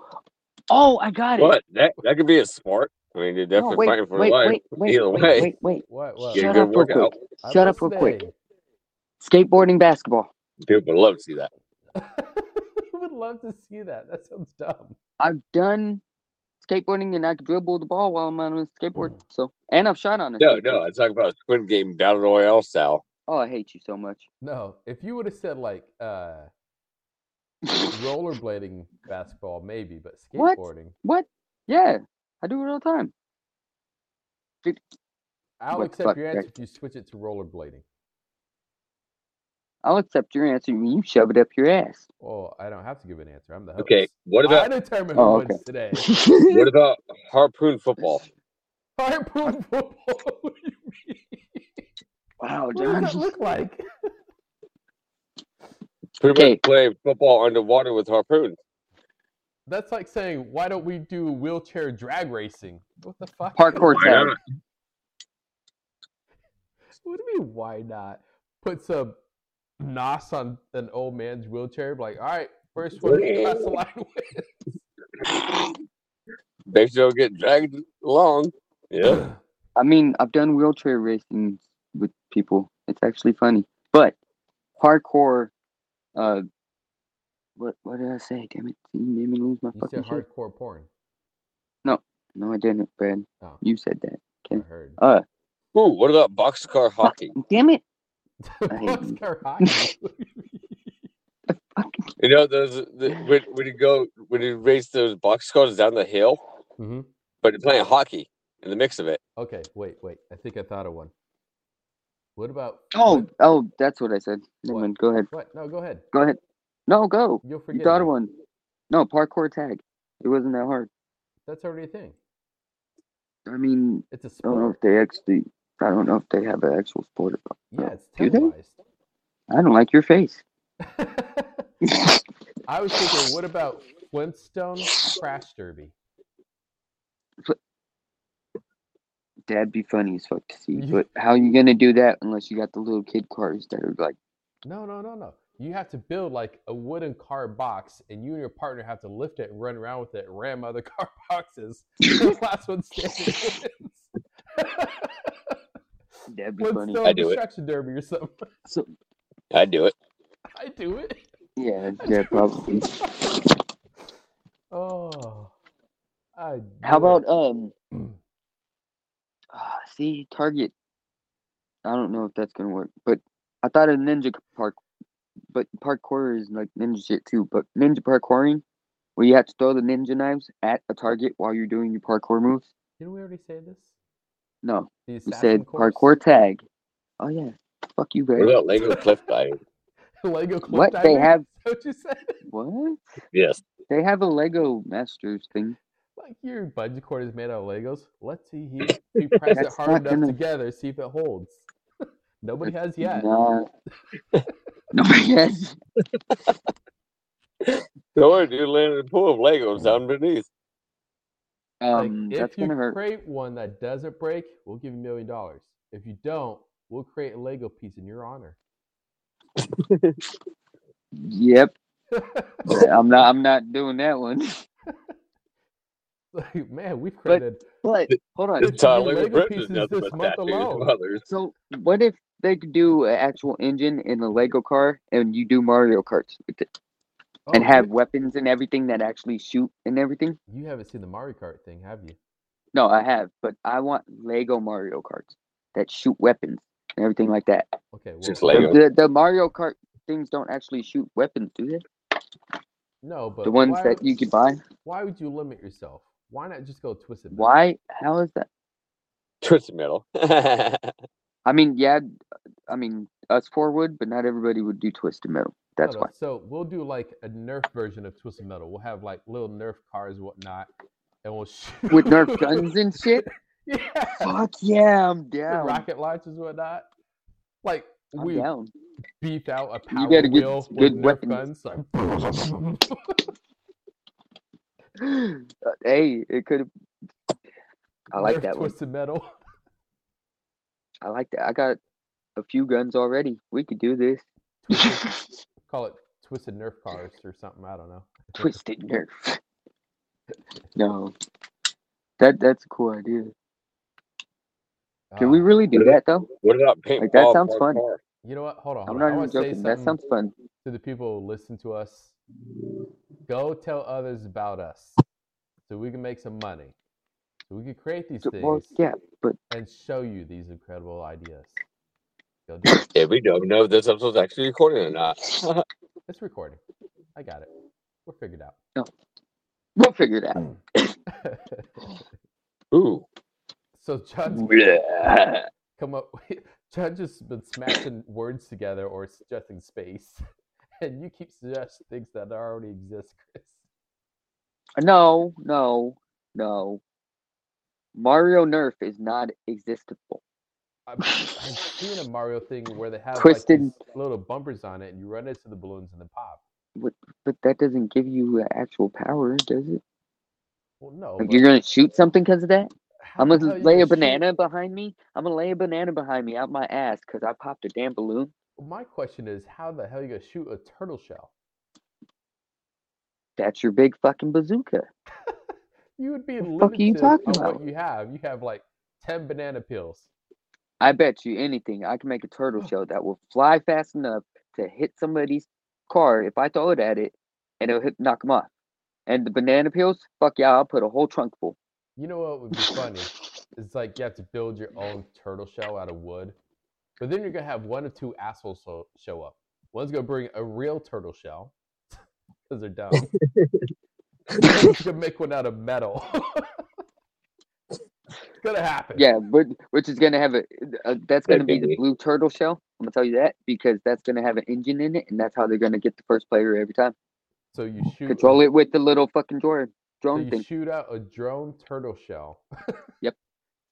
Speaker 1: oh, I got it.
Speaker 3: What? That that could be a smart. I mean, you're
Speaker 1: No,
Speaker 3: definitely
Speaker 1: wait,
Speaker 3: fighting for
Speaker 1: wait,
Speaker 3: life.
Speaker 1: wait, wait,
Speaker 3: Either
Speaker 1: wait,
Speaker 3: way.
Speaker 1: wait, wait.
Speaker 2: What? What?
Speaker 3: Get a
Speaker 1: Shut
Speaker 3: good
Speaker 1: up real
Speaker 3: workout.
Speaker 1: quick.
Speaker 2: I'm
Speaker 1: Shut up real quick.
Speaker 2: listening.
Speaker 1: Skateboarding, basketball.
Speaker 3: People would love to see that.
Speaker 2: would love to see that. That sounds dumb.
Speaker 1: I've done skateboarding and I can dribble the ball while I'm on a skateboard. So, and I've shot on a
Speaker 3: No,
Speaker 1: skateboard.
Speaker 3: no, I talk about Squid Game Battle Royale style.
Speaker 1: Oh, I hate you so much.
Speaker 2: No, if you would have said like uh rollerblading basketball, maybe, but
Speaker 1: What?
Speaker 2: skateboarding.
Speaker 1: What? Yeah, I do it all the time. What
Speaker 2: I'll
Speaker 1: the
Speaker 2: accept
Speaker 1: fuck,
Speaker 2: your
Speaker 1: Jack?
Speaker 2: answer if you switch it to rollerblading.
Speaker 1: I'll accept your answer when you shove it up your ass.
Speaker 2: Oh, I don't have to give an answer. I'm the host.
Speaker 3: Okay, what
Speaker 2: I
Speaker 3: about
Speaker 2: determine
Speaker 1: Oh,
Speaker 2: who
Speaker 1: okay.
Speaker 2: wins today.
Speaker 3: what about harpoon football?
Speaker 2: Harpoon football. what do you mean?
Speaker 1: wow,
Speaker 2: What does
Speaker 1: John.
Speaker 2: that look like?
Speaker 3: Pretty
Speaker 1: Okay.
Speaker 3: much play football underwater with harpoons.
Speaker 2: That's like saying, why don't we do wheelchair drag racing? What the fuck?
Speaker 1: Parkour
Speaker 3: Why
Speaker 1: tag.
Speaker 3: not?
Speaker 2: What do you mean, why not? Put some nos on an old man's wheelchair. be Like, all right, first one to cross the line wins.
Speaker 3: They still get dragged along. Yeah.
Speaker 1: I mean, I've done wheelchair racing with people. It's actually funny. But hardcore, uh, what what did I say? Damn it! You made me lose my
Speaker 2: You
Speaker 1: fucking
Speaker 2: said
Speaker 1: shit.
Speaker 2: hardcore porn.
Speaker 1: No, I didn't, Brad.
Speaker 2: Oh.
Speaker 1: You said that.
Speaker 2: I
Speaker 1: Yeah.
Speaker 2: heard.
Speaker 1: Uh,
Speaker 3: Ooh, what about boxcar hockey?
Speaker 1: damn it! hate you.
Speaker 2: Boxcar hockey. What do you mean?
Speaker 1: Fucking
Speaker 3: You know those the, when when you go when you race those boxcars down the hill,
Speaker 2: Mhm.
Speaker 3: but you're playing hockey in the mix of it.
Speaker 2: Okay, wait, wait. I think I thought of one. What about?
Speaker 1: Oh,
Speaker 2: what-
Speaker 1: oh, that's what I said. Never
Speaker 2: What?
Speaker 1: mind. Go ahead.
Speaker 2: What? No, go ahead.
Speaker 1: Go ahead. No, go.
Speaker 2: You'll
Speaker 1: You
Speaker 2: forget.
Speaker 1: thought of
Speaker 2: me.
Speaker 1: one. No, parkour tag. It wasn't that hard.
Speaker 2: That's already a thing.
Speaker 1: I mean,
Speaker 2: It's a
Speaker 1: I don't know
Speaker 2: sport.
Speaker 1: if they actually. I don't know if they have an actual sport. about-
Speaker 2: Yeah, it's
Speaker 1: Do they?
Speaker 2: televised.
Speaker 1: I don't like your face.
Speaker 2: I was thinking, what about Flintstone Crash Derby?
Speaker 1: That'd be funny as fuck to see.
Speaker 2: You-
Speaker 1: But how you gonna do that unless you got the little kid cars that are like,
Speaker 2: No, no, no, no. You have to build like a wooden car box, and you and your partner have to lift it and run around with it, and ram other car boxes. the last one standing wins.
Speaker 1: that'd be funny.
Speaker 2: Flintstone
Speaker 3: I do it.
Speaker 2: Destruction Derby or something.
Speaker 1: So,
Speaker 3: I do it.
Speaker 2: I do it.
Speaker 1: yeah, yeah, probably.
Speaker 2: Oh, I
Speaker 1: How
Speaker 2: do it.
Speaker 1: about um? ah, see, Target. I don't know if that's gonna work, but I thought of ninja c- park, but parkour is like ninja shit too. But ninja parkouring, where you have to throw the ninja knives at a target while you're doing your parkour moves.
Speaker 2: Didn't we already say this?
Speaker 1: No,
Speaker 2: The
Speaker 1: we
Speaker 2: assassin
Speaker 1: said
Speaker 2: course?
Speaker 1: parkour tag. Oh yeah, fuck you guys.
Speaker 3: What about Lego cliff diving?
Speaker 2: Lego cliff
Speaker 1: What they
Speaker 2: diving?
Speaker 1: have-
Speaker 2: Is that What you said?
Speaker 1: What?
Speaker 3: Yes.
Speaker 1: They have a Lego Masters thing.
Speaker 2: Like your bungee cord is made out of Legos. Let's see he- if you press it
Speaker 1: That's
Speaker 2: hard
Speaker 1: not
Speaker 2: enough
Speaker 1: gonna-
Speaker 2: together, see if it holds. Nobody has yet.
Speaker 1: Nah. Nobody has.
Speaker 3: Or you land in a pool of Legos down beneath.
Speaker 2: Like,
Speaker 1: Um, that's
Speaker 2: if you
Speaker 1: gonna hurt.
Speaker 2: create one that doesn't break, we'll give you a million dollars. If you don't, we'll create a Lego piece in your honor.
Speaker 1: Yep. I'm not. I'm not doing that one.
Speaker 2: Like, man, we've created.
Speaker 1: But hold on.
Speaker 2: It's
Speaker 3: This time,
Speaker 2: Lego
Speaker 3: like, Britain is
Speaker 2: pieces
Speaker 3: nothing
Speaker 2: this
Speaker 3: but
Speaker 2: month
Speaker 3: tattoos and
Speaker 2: alone.
Speaker 3: mothers.
Speaker 1: So what if they could do an actual engine in a Lego car and you do Mario Karts with it and
Speaker 2: Oh,
Speaker 1: have
Speaker 2: you-
Speaker 1: weapons and everything that actually shoot and everything?
Speaker 2: You haven't seen the Mario Kart thing, have you?
Speaker 1: No, I have, but I want Lego Mario Karts that shoot weapons and everything like that.
Speaker 2: Okay, well,
Speaker 3: Just
Speaker 1: The-
Speaker 3: Lego.
Speaker 1: The, the Mario Kart things don't actually shoot weapons, do they?
Speaker 2: no, but
Speaker 1: The ones
Speaker 2: why,
Speaker 1: that you could buy.
Speaker 2: Why would you limit yourself? Why not just go twisted? Metal?
Speaker 1: Why? How is that?
Speaker 3: Twisted metal.
Speaker 1: I mean, yeah, I mean, us four would, but not everybody would do Twisted Metal.
Speaker 2: No,
Speaker 1: That's
Speaker 2: no,
Speaker 1: why.
Speaker 2: So we'll do like a Nerf version of Twisted Metal. We'll have like little Nerf cars, and whatnot, and we'll shoot
Speaker 1: With Nerf guns and shit?
Speaker 2: yeah,
Speaker 1: Fuck yeah, I'm
Speaker 2: with
Speaker 1: down.
Speaker 2: rocket launchers, and whatnot. Like
Speaker 1: I'm
Speaker 2: we
Speaker 1: down.
Speaker 2: beef out a power
Speaker 1: You gotta get
Speaker 2: wheel with
Speaker 1: good
Speaker 2: Nerf
Speaker 1: weapons.
Speaker 2: guns. Like,
Speaker 1: Uh, hey, it could have. I like
Speaker 2: Nerf
Speaker 1: that one.
Speaker 2: Twisted Metal.
Speaker 1: I like that. I got a few guns already. We could do this.
Speaker 2: Call it Twisted Nerf cars or something. I don't know.
Speaker 1: Twisted Nerf. No, that that's a cool idea. Can we
Speaker 2: Uh,
Speaker 1: really do that though?
Speaker 3: what about paintball?
Speaker 1: Like, that sounds
Speaker 3: for a
Speaker 1: fun.
Speaker 3: car?
Speaker 2: You know what? Hold on.
Speaker 1: I'm
Speaker 2: hold
Speaker 1: not
Speaker 2: on. Oh, I
Speaker 1: even
Speaker 2: wanna say
Speaker 1: joking. That
Speaker 2: something
Speaker 1: sounds fun.
Speaker 2: to the people who listen to us. Go tell others about us, so we can make some money. So we can create these
Speaker 1: So-
Speaker 2: things
Speaker 1: Well, yeah,
Speaker 2: and show you these incredible ideas. Go do it.
Speaker 3: Yeah, we don't know if this episode's actually recording or not.
Speaker 2: It's recording. I got it. We're figured out.
Speaker 1: we'll figure it out.
Speaker 3: Ooh.
Speaker 2: so John's
Speaker 3: Yeah.
Speaker 2: come up. John just been smashing words together or suggesting space, and you keep suggesting things that already exist, Chris.
Speaker 1: No, no, no. Mario Nerf is not existable.
Speaker 2: I've, I've seen a Mario thing where they have
Speaker 1: Twisted-
Speaker 2: like these little bumpers on it, and you run into the balloons and they pop.
Speaker 1: But that doesn't give you uh, actual power, does it?
Speaker 2: Well, no.
Speaker 1: Like
Speaker 2: but
Speaker 1: you're gonna shoot something because of that?
Speaker 2: how
Speaker 1: I'm
Speaker 2: the
Speaker 1: gonna
Speaker 2: hell you
Speaker 1: lay a
Speaker 2: shoot-
Speaker 1: banana behind me. I'm gonna lay a banana behind me out my ass because I popped a damn balloon.
Speaker 2: My question is, how the hell you gonna shoot a turtle shell?
Speaker 1: That's your big fucking bazooka.
Speaker 2: You would be
Speaker 1: fuck are you
Speaker 2: limited on
Speaker 1: talking
Speaker 2: what
Speaker 1: about?
Speaker 2: you have. You have like ten banana peels.
Speaker 1: I bet you anything, I can make a turtle shell that will fly fast enough to hit somebody's car if I throw it at it, and it'll hit, knock them off. And the banana peels, fuck yeah, I'll put a whole trunk full.
Speaker 2: You know what would be funny? It's like you have to build your own turtle shell out of wood, but then you're gonna have one of two assholes show, show up. One's gonna bring a real turtle shell because they're dumb. and one's gonna make one out of metal. it's gonna happen.
Speaker 1: Yeah, but which is gonna have a, a that's gonna be the
Speaker 3: Definitely.
Speaker 1: blue turtle shell. I'm gonna tell you that because that's gonna have an engine in it, and that's how they're gonna get the first player every time.
Speaker 2: So you shoot.
Speaker 1: Control
Speaker 2: a,
Speaker 1: it with the little fucking drone
Speaker 2: So
Speaker 1: drone
Speaker 2: you
Speaker 1: thing.
Speaker 2: shoot out a drone turtle shell,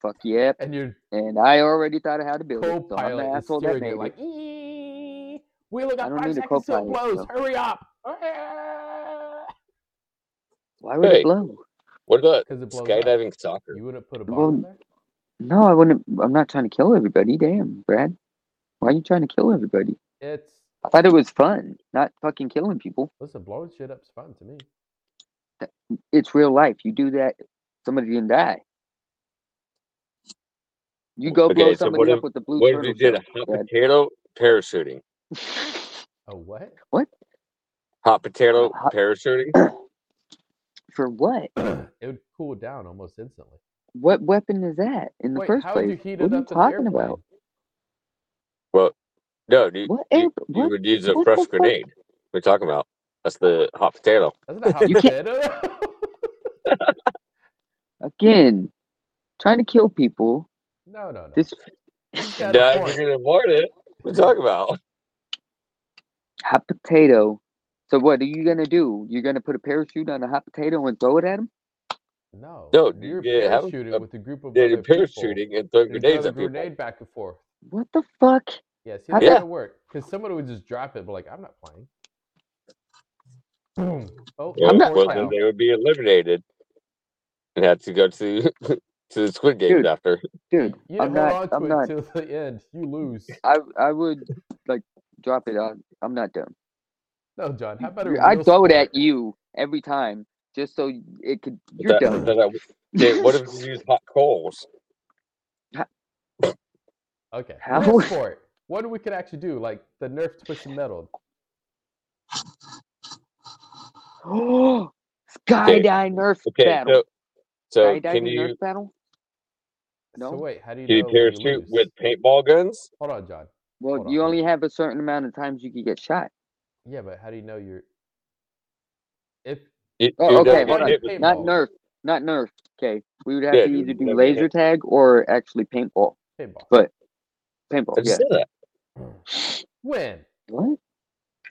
Speaker 1: Fuck yep.
Speaker 2: and you're
Speaker 1: And I already thought of how to build it, so I'm the
Speaker 2: co-pilot is
Speaker 1: asshole that
Speaker 2: steering
Speaker 1: made
Speaker 2: it
Speaker 1: it.
Speaker 2: like, "Eeeeee, we only
Speaker 1: I
Speaker 2: got
Speaker 1: don't
Speaker 2: five
Speaker 1: need a
Speaker 2: seconds till it
Speaker 1: co-pilot, so-
Speaker 2: blows. Hurry up!
Speaker 1: Why would it
Speaker 3: Hey.
Speaker 1: blow?
Speaker 3: What about
Speaker 2: Because it blows. up.
Speaker 3: skydiving soccer?
Speaker 2: You wouldn't put a
Speaker 1: Well,
Speaker 2: bomb in there.
Speaker 1: No, I wouldn't. I'm not trying to kill everybody. Damn, Brad. Why are you trying to kill everybody?
Speaker 2: It's
Speaker 1: I thought it was fun, not fucking killing people.
Speaker 2: listen, blowing shit up's fun to me.
Speaker 1: It's real life. You do that, somebody can die. You go
Speaker 3: Okay,
Speaker 1: blow
Speaker 3: so
Speaker 1: somebody
Speaker 3: what
Speaker 1: up
Speaker 3: if-
Speaker 1: with the blue
Speaker 3: What if
Speaker 1: turtle.
Speaker 3: you did a hot
Speaker 1: Brad.
Speaker 3: potato parachuting?
Speaker 2: A what?
Speaker 3: Hot potato
Speaker 1: Uh, Hot-
Speaker 3: parachuting?
Speaker 1: For what?
Speaker 2: it would cool down almost instantly.
Speaker 1: What weapon is that in the
Speaker 2: Wait,
Speaker 1: first
Speaker 2: how
Speaker 1: place?
Speaker 2: would you heat
Speaker 1: what are
Speaker 2: it up
Speaker 1: you
Speaker 2: in the
Speaker 1: talking
Speaker 2: airplane?
Speaker 1: about?
Speaker 3: Well, no, you,
Speaker 1: What
Speaker 3: you,
Speaker 1: airp-
Speaker 3: you
Speaker 1: what-
Speaker 3: would use a
Speaker 1: what the
Speaker 3: fresh
Speaker 1: fuck?
Speaker 3: grenade. We're talking about. That's the hot potato.
Speaker 2: That's not how
Speaker 1: You
Speaker 2: you
Speaker 1: can't-
Speaker 2: did it.
Speaker 1: Again, trying to kill people.
Speaker 2: No, no, no.
Speaker 1: This
Speaker 2: He's
Speaker 3: Now,
Speaker 2: got a
Speaker 3: if
Speaker 2: point.
Speaker 3: you can avoid it, we're talking about.
Speaker 1: hot potato. So what are you gonna do? You're gonna put a parachute on a hot potato and throw it at him?
Speaker 2: No,
Speaker 3: No, you
Speaker 2: you're
Speaker 3: get- have
Speaker 2: parachuting
Speaker 3: a-
Speaker 2: with a group of
Speaker 3: They
Speaker 2: other
Speaker 3: did
Speaker 2: people.
Speaker 3: parachuting and throwing
Speaker 2: They
Speaker 3: grenades
Speaker 2: throw
Speaker 3: at
Speaker 2: the
Speaker 3: people.
Speaker 2: grenade back and forth.
Speaker 1: What the fuck?
Speaker 2: Yeah, see,
Speaker 1: How
Speaker 2: that's
Speaker 3: did-
Speaker 2: gonna work. Because someone would just drop it, but like, I'm not playing. Boom. Oh,
Speaker 3: Yeah,
Speaker 1: I'm not
Speaker 3: well,
Speaker 1: playing.
Speaker 3: then they would be eliminated and have to go to to the Squid Games
Speaker 1: Dude.
Speaker 3: after.
Speaker 1: Dude,
Speaker 2: You
Speaker 1: I'm
Speaker 2: didn't hold
Speaker 1: not-
Speaker 2: on to
Speaker 1: I'm
Speaker 2: it
Speaker 1: not-
Speaker 2: till the end. You lose.
Speaker 1: I I would like drop it on. I'm not done.
Speaker 2: No, John. How about a
Speaker 1: I'd
Speaker 2: real
Speaker 1: throw it
Speaker 2: sport?
Speaker 1: at you every time, just so it could. You're
Speaker 3: That-
Speaker 1: done.
Speaker 3: that I- dude, what if you use hot coals?
Speaker 2: Okay.
Speaker 1: How?
Speaker 2: Nerf sport. What we could actually do, like the Nerf twisted metal.
Speaker 1: Oh, skydive Nerf
Speaker 3: Okay,
Speaker 1: battle.
Speaker 3: so so
Speaker 1: skydiving
Speaker 3: can
Speaker 1: Nerf
Speaker 3: you
Speaker 1: battle. No.
Speaker 2: So wait, how do you
Speaker 3: can you
Speaker 2: know when you
Speaker 3: parachute
Speaker 2: lose?
Speaker 3: with paintball guns?
Speaker 2: Hold on, John.
Speaker 1: Well,
Speaker 2: Hold on,
Speaker 1: you
Speaker 2: hold
Speaker 1: only have a certain amount of times you can get shot.
Speaker 2: Yeah, but how do you know you're? If
Speaker 3: You,
Speaker 1: Oh,
Speaker 3: you don't
Speaker 1: okay,
Speaker 3: get
Speaker 1: hold on.
Speaker 3: hit with-
Speaker 1: Not
Speaker 2: Paintball.
Speaker 1: Nerf. Not Nerf. Okay. We would have
Speaker 3: Yeah,
Speaker 1: to either do
Speaker 3: never
Speaker 1: laser tag or actually paintball.
Speaker 2: paintball,
Speaker 1: But- Paintball.
Speaker 3: I
Speaker 1: Yeah.
Speaker 3: just did that.
Speaker 2: when
Speaker 1: What?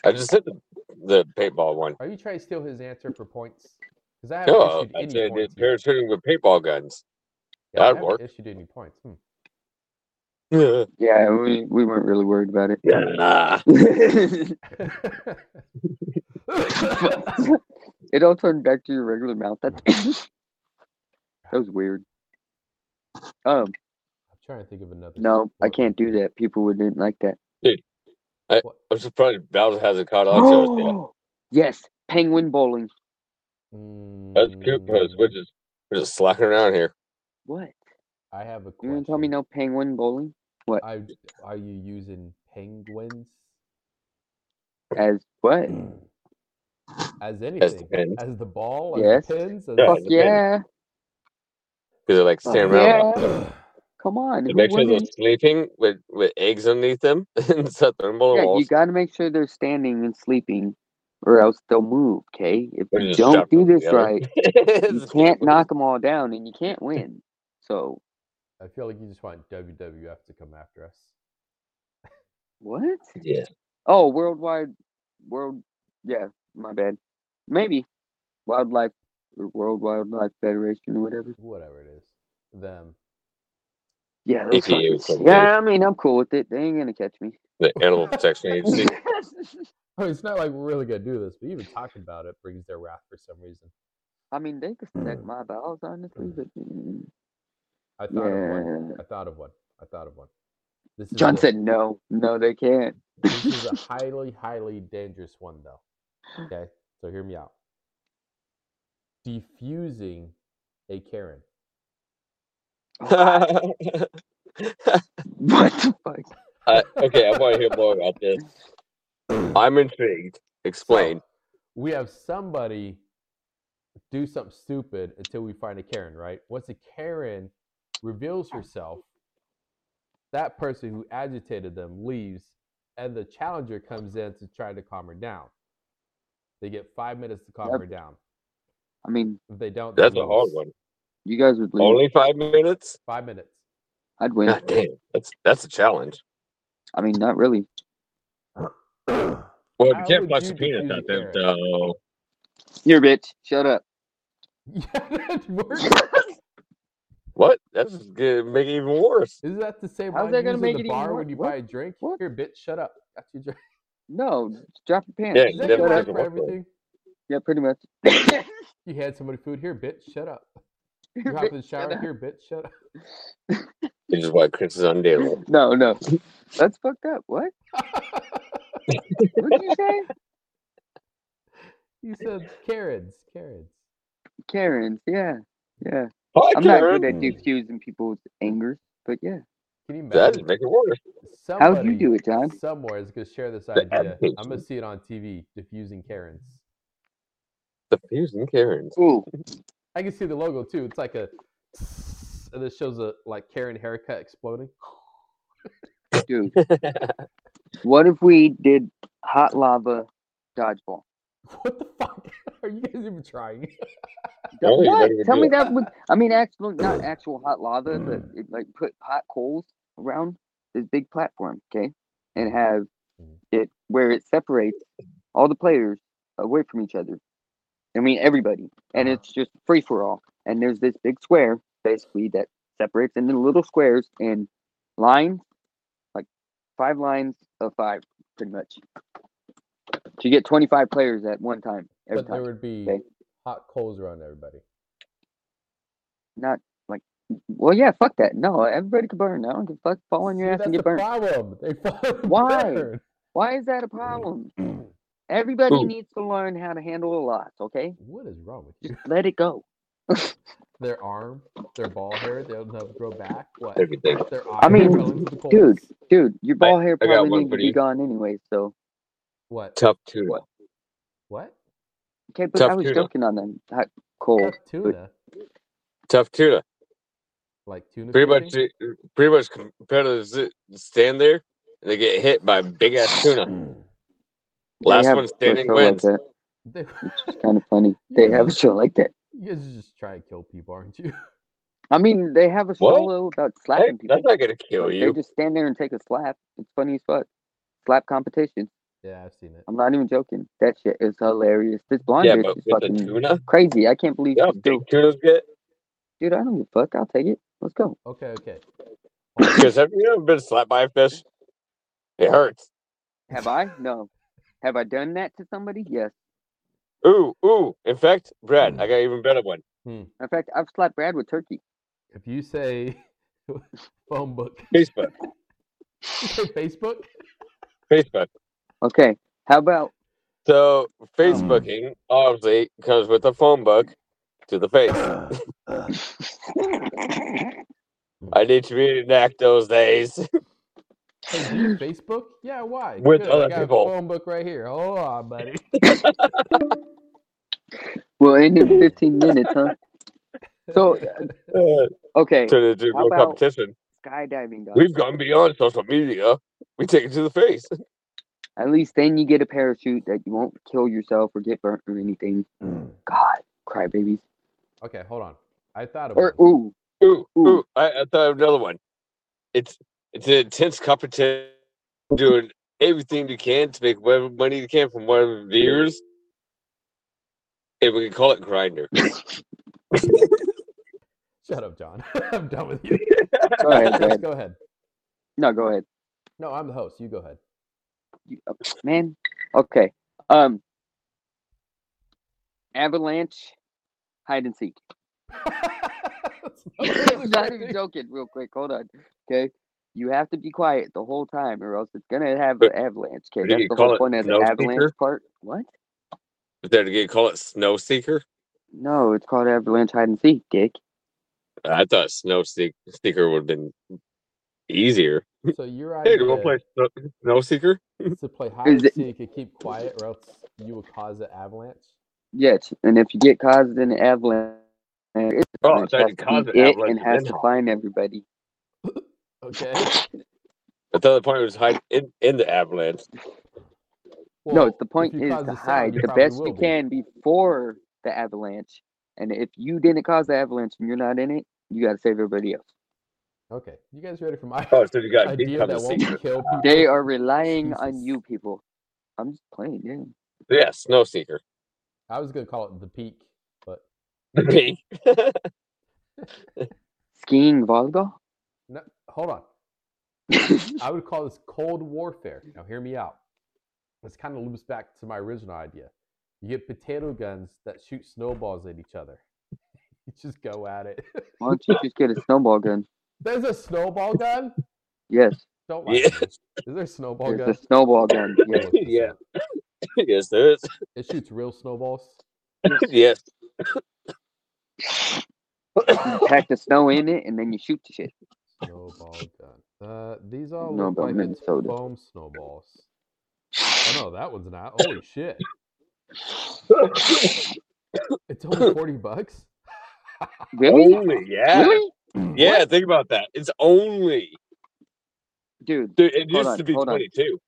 Speaker 3: I just hit the, the paintball one.
Speaker 2: are you trying to steal his answer for points? Because I haven't
Speaker 3: No,
Speaker 2: issued
Speaker 3: I
Speaker 2: any
Speaker 3: said
Speaker 2: points.
Speaker 3: did
Speaker 2: yet.
Speaker 3: parachuting with paintball guns.
Speaker 2: Yeah, I
Speaker 3: that'd
Speaker 2: haven't
Speaker 3: work.
Speaker 2: Issued any points? Hmm.
Speaker 3: Yeah.
Speaker 1: Yeah, we, we weren't really worried about it. it all turned back to your regular mouth. That, that was weird. Um,
Speaker 2: I'm trying to think of another.
Speaker 1: no, I
Speaker 2: sport.
Speaker 1: can't do that. People wouldn't like that.
Speaker 3: I'm surprised Bowser hasn't caught on to us yet.
Speaker 1: yes, penguin bowling.
Speaker 3: That's cute because we're
Speaker 2: Mm,
Speaker 3: just we're just slacking around here.
Speaker 1: What?
Speaker 2: I have a
Speaker 1: You
Speaker 2: question.
Speaker 1: want to tell me no penguin bowling
Speaker 2: I, are you using penguins
Speaker 1: as what?
Speaker 2: Mm. as
Speaker 3: That's
Speaker 2: anything?
Speaker 3: the pin
Speaker 2: As the ball? As
Speaker 1: Yes.
Speaker 2: the pins? As
Speaker 3: Yeah,
Speaker 1: Fuck
Speaker 3: as a
Speaker 1: yeah!
Speaker 3: because they like
Speaker 2: Oh,
Speaker 3: stand around.
Speaker 1: Uh, yeah.
Speaker 3: like,
Speaker 1: Come on.
Speaker 3: to
Speaker 1: who
Speaker 3: make sure they're
Speaker 1: wouldn't?
Speaker 3: sleeping with with eggs underneath them and set their
Speaker 1: Yeah, you
Speaker 3: walls.
Speaker 1: got to make sure they're standing and sleeping, or else they'll move. Okay, if
Speaker 3: Or
Speaker 1: you
Speaker 3: just
Speaker 1: don't
Speaker 3: drop
Speaker 1: do
Speaker 3: them
Speaker 1: this
Speaker 3: together.
Speaker 1: right, you
Speaker 3: It's
Speaker 1: can't
Speaker 3: stupid.
Speaker 1: knock them all down, and you can't win. So
Speaker 2: I feel like you just want WWF to come after us.
Speaker 1: what?
Speaker 3: Yeah.
Speaker 1: Oh, worldwide, world. Yeah, my bad. Maybe wildlife, or World Wildlife Federation, or whatever.
Speaker 2: Whatever it is. Them.
Speaker 1: Yeah, those
Speaker 3: APA or
Speaker 1: fuckers.
Speaker 3: something.
Speaker 1: yeah. I mean, I'm cool with it. They ain't gonna catch me.
Speaker 3: The animal protection agency.
Speaker 2: I mean, it's not like we're really going to do this, but even talking about it brings their wrath for some reason.
Speaker 1: I mean, they could stack my balls, honestly. But mm,
Speaker 2: I thought of one.
Speaker 1: yeah,
Speaker 2: I thought of one. I thought of one. This is a-
Speaker 1: John said no, no, they can't.
Speaker 2: This is a highly, highly dangerous one, though. Okay, so hear me out. Defusing a Karen.
Speaker 1: What the fuck?
Speaker 3: I- okay, I want to hear more about this. I'm intrigued. Explain.
Speaker 2: So, we have somebody do something stupid until we find a Karen, right? Once a Karen reveals herself, that person who agitated them leaves, and the challenger comes in to try to calm her down. They get five minutes to calm
Speaker 1: Yep.
Speaker 2: her down.
Speaker 1: I mean,
Speaker 2: If they don't, they
Speaker 3: That's a hard
Speaker 2: lose.
Speaker 3: one.
Speaker 1: you guys would lose.
Speaker 3: Only five minutes?
Speaker 2: Five minutes.
Speaker 1: I'd win.
Speaker 3: God damn. That's that's a challenge.
Speaker 1: I mean, not really.
Speaker 3: Well, you
Speaker 2: How
Speaker 3: can't
Speaker 2: would
Speaker 3: flush
Speaker 2: you
Speaker 3: the peanuts
Speaker 2: defuse
Speaker 3: out
Speaker 2: a
Speaker 3: there,
Speaker 2: carrot?
Speaker 3: so
Speaker 1: Here, bitch. Shut up.
Speaker 2: Yeah, that works.
Speaker 3: what? That's just gonna make it even worse.
Speaker 2: Is that the same
Speaker 1: How's
Speaker 2: line
Speaker 1: that
Speaker 2: you
Speaker 1: gonna
Speaker 2: use in
Speaker 1: make
Speaker 2: the
Speaker 1: it even
Speaker 2: bar
Speaker 1: wor-
Speaker 2: when you
Speaker 1: what?
Speaker 2: buy a drink?
Speaker 1: What?
Speaker 2: Here, bitch, shut up. Got your drink.
Speaker 1: No, drop your pants.
Speaker 3: Yeah,
Speaker 2: Is that
Speaker 3: never
Speaker 2: gonna work
Speaker 3: take a
Speaker 2: for
Speaker 3: walk,
Speaker 2: everything?
Speaker 1: Yeah, pretty much.
Speaker 2: You hand somebody food. Here, bitch, shut up. You
Speaker 1: Here,
Speaker 2: hop in
Speaker 1: bitch,
Speaker 2: the shower.
Speaker 1: shut up.
Speaker 2: Here, bitch, shut up.
Speaker 3: Which is why Chris is undateable.
Speaker 1: No, no. That's fucked up. What? What'd you say?
Speaker 2: you said Karens, Karens.
Speaker 1: Karens. Yeah. Yeah.
Speaker 3: Hi,
Speaker 1: I'm not
Speaker 3: Karen.
Speaker 1: good at diffusing people's anger, but yeah.
Speaker 2: Can you
Speaker 3: That just
Speaker 2: imagine?
Speaker 3: make it worse.
Speaker 2: Somebody
Speaker 1: How'd you do it, John?
Speaker 2: somewhere is going to share this idea. I'm going
Speaker 3: advocacy.
Speaker 2: to see it on TV, diffusing Karens.
Speaker 3: The fusing Karens.
Speaker 1: Ooh.
Speaker 2: I can see the logo too. It's like a, and this shows a like Karen haircut exploding.
Speaker 1: Dude. What if we did hot lava dodgeball?
Speaker 2: What the fuck? Are you guys even trying?
Speaker 1: Do-
Speaker 3: Oh, you
Speaker 1: what?
Speaker 3: better
Speaker 1: Tell
Speaker 3: do
Speaker 1: me
Speaker 3: it.
Speaker 1: that would. I mean, actual not actual hot lava, but it, like put hot coals around this big platform, okay, and have
Speaker 2: Mhm.
Speaker 1: it where it separates all the players away from each other. I mean, everybody, and
Speaker 2: Uh-huh.
Speaker 1: it's just free for all. And there's this big square, basically, that separates into little squares and lines, like five lines of five, pretty much. So you get twenty-five players at one time. Every
Speaker 2: but
Speaker 1: time.
Speaker 2: there would be
Speaker 1: Okay.
Speaker 2: hot coals around everybody.
Speaker 1: not like well yeah fuck that no everybody can burn i don't give a fuck fall on your
Speaker 2: See,
Speaker 1: ass
Speaker 2: that's
Speaker 1: and get
Speaker 2: the
Speaker 1: burnt
Speaker 2: problem. They fall and
Speaker 1: Why?
Speaker 2: burn. Mm.
Speaker 1: why is that a problem Everybody
Speaker 3: Ooh.
Speaker 1: needs to learn how to handle a lot, okay?
Speaker 2: What is wrong with you?
Speaker 1: Just let it go.
Speaker 2: Their arm, their ball hair, they'll never grow back. What?
Speaker 3: everything.
Speaker 2: Their
Speaker 1: I
Speaker 2: eyes
Speaker 1: mean,
Speaker 2: going to the
Speaker 1: Dude,
Speaker 2: Colts?
Speaker 1: dude, your ball hair
Speaker 3: I got
Speaker 1: probably
Speaker 3: one
Speaker 1: needs
Speaker 3: for
Speaker 1: to be
Speaker 3: you.
Speaker 1: gone anyway, so
Speaker 2: What?
Speaker 3: Tough tuna.
Speaker 1: What?
Speaker 2: What?
Speaker 1: okay, but I
Speaker 3: Tough
Speaker 1: was
Speaker 3: tuna.
Speaker 1: joking on them. Hot, cold.
Speaker 2: Tough tuna?
Speaker 3: Tough tuna.
Speaker 2: Like tuna
Speaker 3: Pretty
Speaker 2: fishing?
Speaker 3: much, pretty much competitors sit- stand there and they get hit by big ass tuna.
Speaker 1: Hmm. They
Speaker 3: Last
Speaker 1: have
Speaker 3: one
Speaker 1: a
Speaker 3: standing
Speaker 1: show
Speaker 3: wins.
Speaker 1: Like that.
Speaker 2: They-
Speaker 1: It's kind of funny. They have a show like that.
Speaker 2: you guys are just trying to kill people, aren't you?
Speaker 1: I mean, they have a
Speaker 3: What?
Speaker 1: solo about
Speaker 3: Hey,
Speaker 1: slapping people.
Speaker 3: that's not gonna kill
Speaker 1: Like,
Speaker 3: you.
Speaker 1: They just stand there and take a slap. It's funny as fuck. Slap competition.
Speaker 2: yeah, I've seen it.
Speaker 1: I'm not even joking. That shit is hilarious. This blonde
Speaker 3: yeah,
Speaker 1: bitch
Speaker 3: but
Speaker 1: is
Speaker 3: with the
Speaker 1: fucking
Speaker 3: tuna,
Speaker 1: crazy. I can't believe
Speaker 3: yeah,
Speaker 1: she's
Speaker 3: big
Speaker 1: still.
Speaker 3: tunas get
Speaker 1: Dude, I don't give a fuck. I'll take it. Let's go.
Speaker 2: Okay, okay.
Speaker 3: because have you ever been slapped by a fish? It hurts.
Speaker 1: Have I? No. Have I done that to somebody? Yes.
Speaker 3: Ooh, ooh. In fact, Brad, I got an even better one.
Speaker 1: In fact, I've slapped Brad with turkey.
Speaker 2: If you say phone book,
Speaker 3: Facebook,
Speaker 2: You say Facebook,
Speaker 3: Facebook.
Speaker 1: Okay. How about
Speaker 3: So Facebooking obviously comes with a phone book to the face. I need to be an act those days.
Speaker 2: hey, do you Facebook? Yeah, why?
Speaker 3: With
Speaker 2: I
Speaker 3: other
Speaker 2: got
Speaker 3: people.
Speaker 2: a phone book right here. Hold on, buddy.
Speaker 1: we'll end in 15 minutes, huh? So, uh,
Speaker 3: Uh,
Speaker 1: okay,
Speaker 3: Turn it into a
Speaker 1: How
Speaker 3: real
Speaker 1: about-
Speaker 3: competition.
Speaker 1: skydiving dog.
Speaker 3: We've gone beyond social media. We take it to the face.
Speaker 1: At least then you get a parachute that you won't kill yourself or get burnt or anything. God, crybabies.
Speaker 2: Okay, hold on. I thought of
Speaker 1: Or
Speaker 2: one.
Speaker 1: ooh,
Speaker 3: Ooh,
Speaker 1: Ooh.
Speaker 3: ooh! I, I thought of another one. It's it's an intense competition, doing everything you can to make whatever money you can from whatever viewers. And we can call it grinder.
Speaker 2: Shut up, John. I'm done with you.
Speaker 1: go ahead,
Speaker 2: Yes,
Speaker 1: Brad.
Speaker 2: go ahead.
Speaker 1: No, go ahead.
Speaker 2: No, I'm the host. You go ahead.
Speaker 1: You, uh, man. Okay. Um. Avalanche, hide and seek.
Speaker 2: That's not really
Speaker 1: I'm not even
Speaker 2: great.
Speaker 1: joking. Real quick, hold on. Okay, you have to be quiet the whole time, or else it's gonna have
Speaker 3: But-
Speaker 1: an avalanche.
Speaker 3: do
Speaker 1: Okay,
Speaker 3: you
Speaker 1: that's the
Speaker 3: call
Speaker 1: whole
Speaker 3: it
Speaker 1: point of the
Speaker 3: nose
Speaker 1: avalanche
Speaker 3: seeker?
Speaker 1: part. What?
Speaker 3: Is that again? Call it snow seeker.
Speaker 1: No, it's called avalanche hide and seek, Dick.
Speaker 3: I thought snow seek- seeker would have been easier.
Speaker 2: So your
Speaker 3: Hey,
Speaker 2: idea
Speaker 3: do you want to play snow, snow seeker?
Speaker 2: is to play hide and
Speaker 1: it-
Speaker 2: seek and keep quiet, or else you will cause an avalanche.
Speaker 1: Yes, and if you get caused in an avalanche, it
Speaker 3: Oh, I thought
Speaker 1: has
Speaker 3: you
Speaker 1: to be
Speaker 3: called it
Speaker 1: it
Speaker 3: avalanche
Speaker 1: and
Speaker 3: and
Speaker 1: has
Speaker 3: then
Speaker 1: to
Speaker 3: hide.
Speaker 1: find everybody.
Speaker 2: Okay.
Speaker 3: I thought the point was hide in, in the avalanche.
Speaker 1: no,
Speaker 2: Well,
Speaker 1: it's the point
Speaker 2: you
Speaker 1: is
Speaker 2: cause
Speaker 1: to
Speaker 2: the sound,
Speaker 1: hide
Speaker 2: you
Speaker 1: the
Speaker 2: probably
Speaker 1: best
Speaker 2: will
Speaker 1: you
Speaker 2: be.
Speaker 1: can before the avalanche. And if you didn't cause the avalanche and you're not in it, you got to save everybody else.
Speaker 2: Okay. You guys ready for my
Speaker 3: Oh, so you got
Speaker 2: idea
Speaker 3: become
Speaker 2: that
Speaker 3: the
Speaker 2: won't
Speaker 3: seeker.
Speaker 2: kill people?
Speaker 1: They are relying on
Speaker 2: Ah, Jesus.
Speaker 1: you, people. I'm just playing, yeah.
Speaker 3: Yeah, snow seeker.
Speaker 2: I was gonna call it the peak, but
Speaker 3: The pink.
Speaker 1: Skiing volleyball?
Speaker 2: no, hold on. I would call this cold warfare. Now, hear me out. This kind of loops back to my original idea. You get potato guns that shoot snowballs at each other. You just go at it.
Speaker 1: Why don't you just get a snowball gun?
Speaker 2: There's a snowball gun.
Speaker 1: Yes,
Speaker 2: Don't lie.
Speaker 3: Yeah.
Speaker 2: to me. Is there a snowball
Speaker 1: there's
Speaker 2: gun?
Speaker 1: a snowball gun.
Speaker 2: I'll
Speaker 1: Yes.
Speaker 2: look this
Speaker 3: Yeah.
Speaker 2: up.
Speaker 3: yes, there is.
Speaker 2: It shoots real snowballs.
Speaker 3: yes.
Speaker 1: You pack the snow in it and then you shoot the shit.
Speaker 2: Snowball gun. Uh, these all
Speaker 1: No,
Speaker 2: look
Speaker 1: about
Speaker 2: like it's
Speaker 1: Minnesota.
Speaker 2: foam snowballs. Oh no, that one's not. Holy shit! It's only forty bucks.
Speaker 1: Really?
Speaker 2: Oh,
Speaker 3: only, yeah.
Speaker 1: Really?
Speaker 2: Mm.
Speaker 3: Yeah, think about that. It's only.
Speaker 1: Dude,
Speaker 3: Dude, it
Speaker 1: Hold
Speaker 3: used
Speaker 1: on,
Speaker 3: to be
Speaker 1: hold on.
Speaker 3: 22.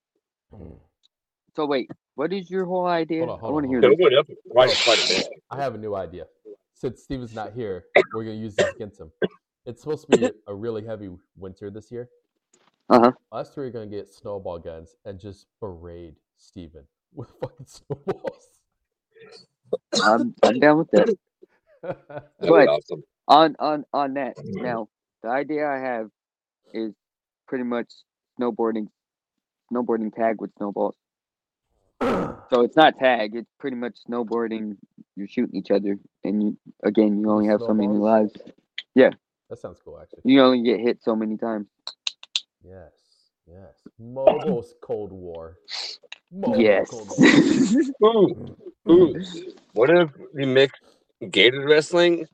Speaker 1: so wait, what is your whole idea?
Speaker 2: Hold on,
Speaker 1: I
Speaker 2: hold
Speaker 1: want
Speaker 2: on,
Speaker 1: to hear
Speaker 2: hold
Speaker 1: this.
Speaker 3: So it went up quite, quite a bit.
Speaker 2: I have a new idea. Since Steven's not here, we're gonna use this against him. It's supposed to be a really heavy winter this year.
Speaker 1: Uh-huh.
Speaker 2: Us three are gonna get snowball guns and just berate Steven with fucking snowballs.
Speaker 1: I'm, I'm down with that.
Speaker 3: That was
Speaker 1: But-
Speaker 3: awesome.
Speaker 1: on on on that now the idea i have is pretty much snowboarding snowboarding tag with snowballs so it's not tag it's pretty much snowboarding you're shooting each other and you again you only have so many
Speaker 2: Snowballs?
Speaker 1: lives
Speaker 2: that sounds cool, actually.
Speaker 1: you only get hit so many times
Speaker 2: Yes, yes. Mobile's Cold War.
Speaker 1: Yes.
Speaker 3: Ooh, ooh. What if we mix gated wrestling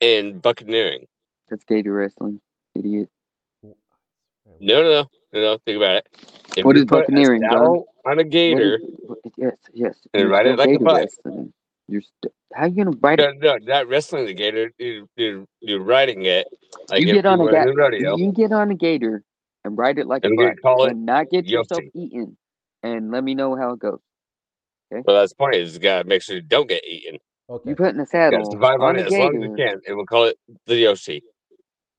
Speaker 3: and buccaneering?
Speaker 1: That's gay to wrestling, idiot.
Speaker 3: No, no, no, no. no, Think about it. If
Speaker 1: What
Speaker 3: you
Speaker 1: is
Speaker 3: put a
Speaker 1: buccaneering, Don?
Speaker 3: saddle on a
Speaker 1: What
Speaker 3: gator.
Speaker 1: is- what- yes, yes.
Speaker 3: And
Speaker 1: you're
Speaker 3: ride it
Speaker 1: still
Speaker 3: like a
Speaker 1: gay to
Speaker 3: bike.
Speaker 1: wrestling. You're st- how you gonna ride it?
Speaker 3: No, no, not wrestling the gator. You, you, you're riding it. Like
Speaker 1: You
Speaker 3: if
Speaker 1: get on a
Speaker 3: were in
Speaker 1: ga-
Speaker 3: a rodeo.
Speaker 1: You get on a gator and ride it like
Speaker 3: I'm
Speaker 1: a
Speaker 3: gonna
Speaker 1: bike,
Speaker 3: call it
Speaker 1: and not get yourself
Speaker 3: yelping.
Speaker 1: eaten. And let me know how it goes.
Speaker 3: Well, that's the point. Is you gotta make sure you don't get eaten.
Speaker 2: Okay.
Speaker 1: You put in a
Speaker 3: You gotta
Speaker 1: saddle
Speaker 3: survive on
Speaker 1: on
Speaker 3: it
Speaker 1: a
Speaker 3: as long as
Speaker 1: gator.
Speaker 3: you can, and we'll call it the Yoshi.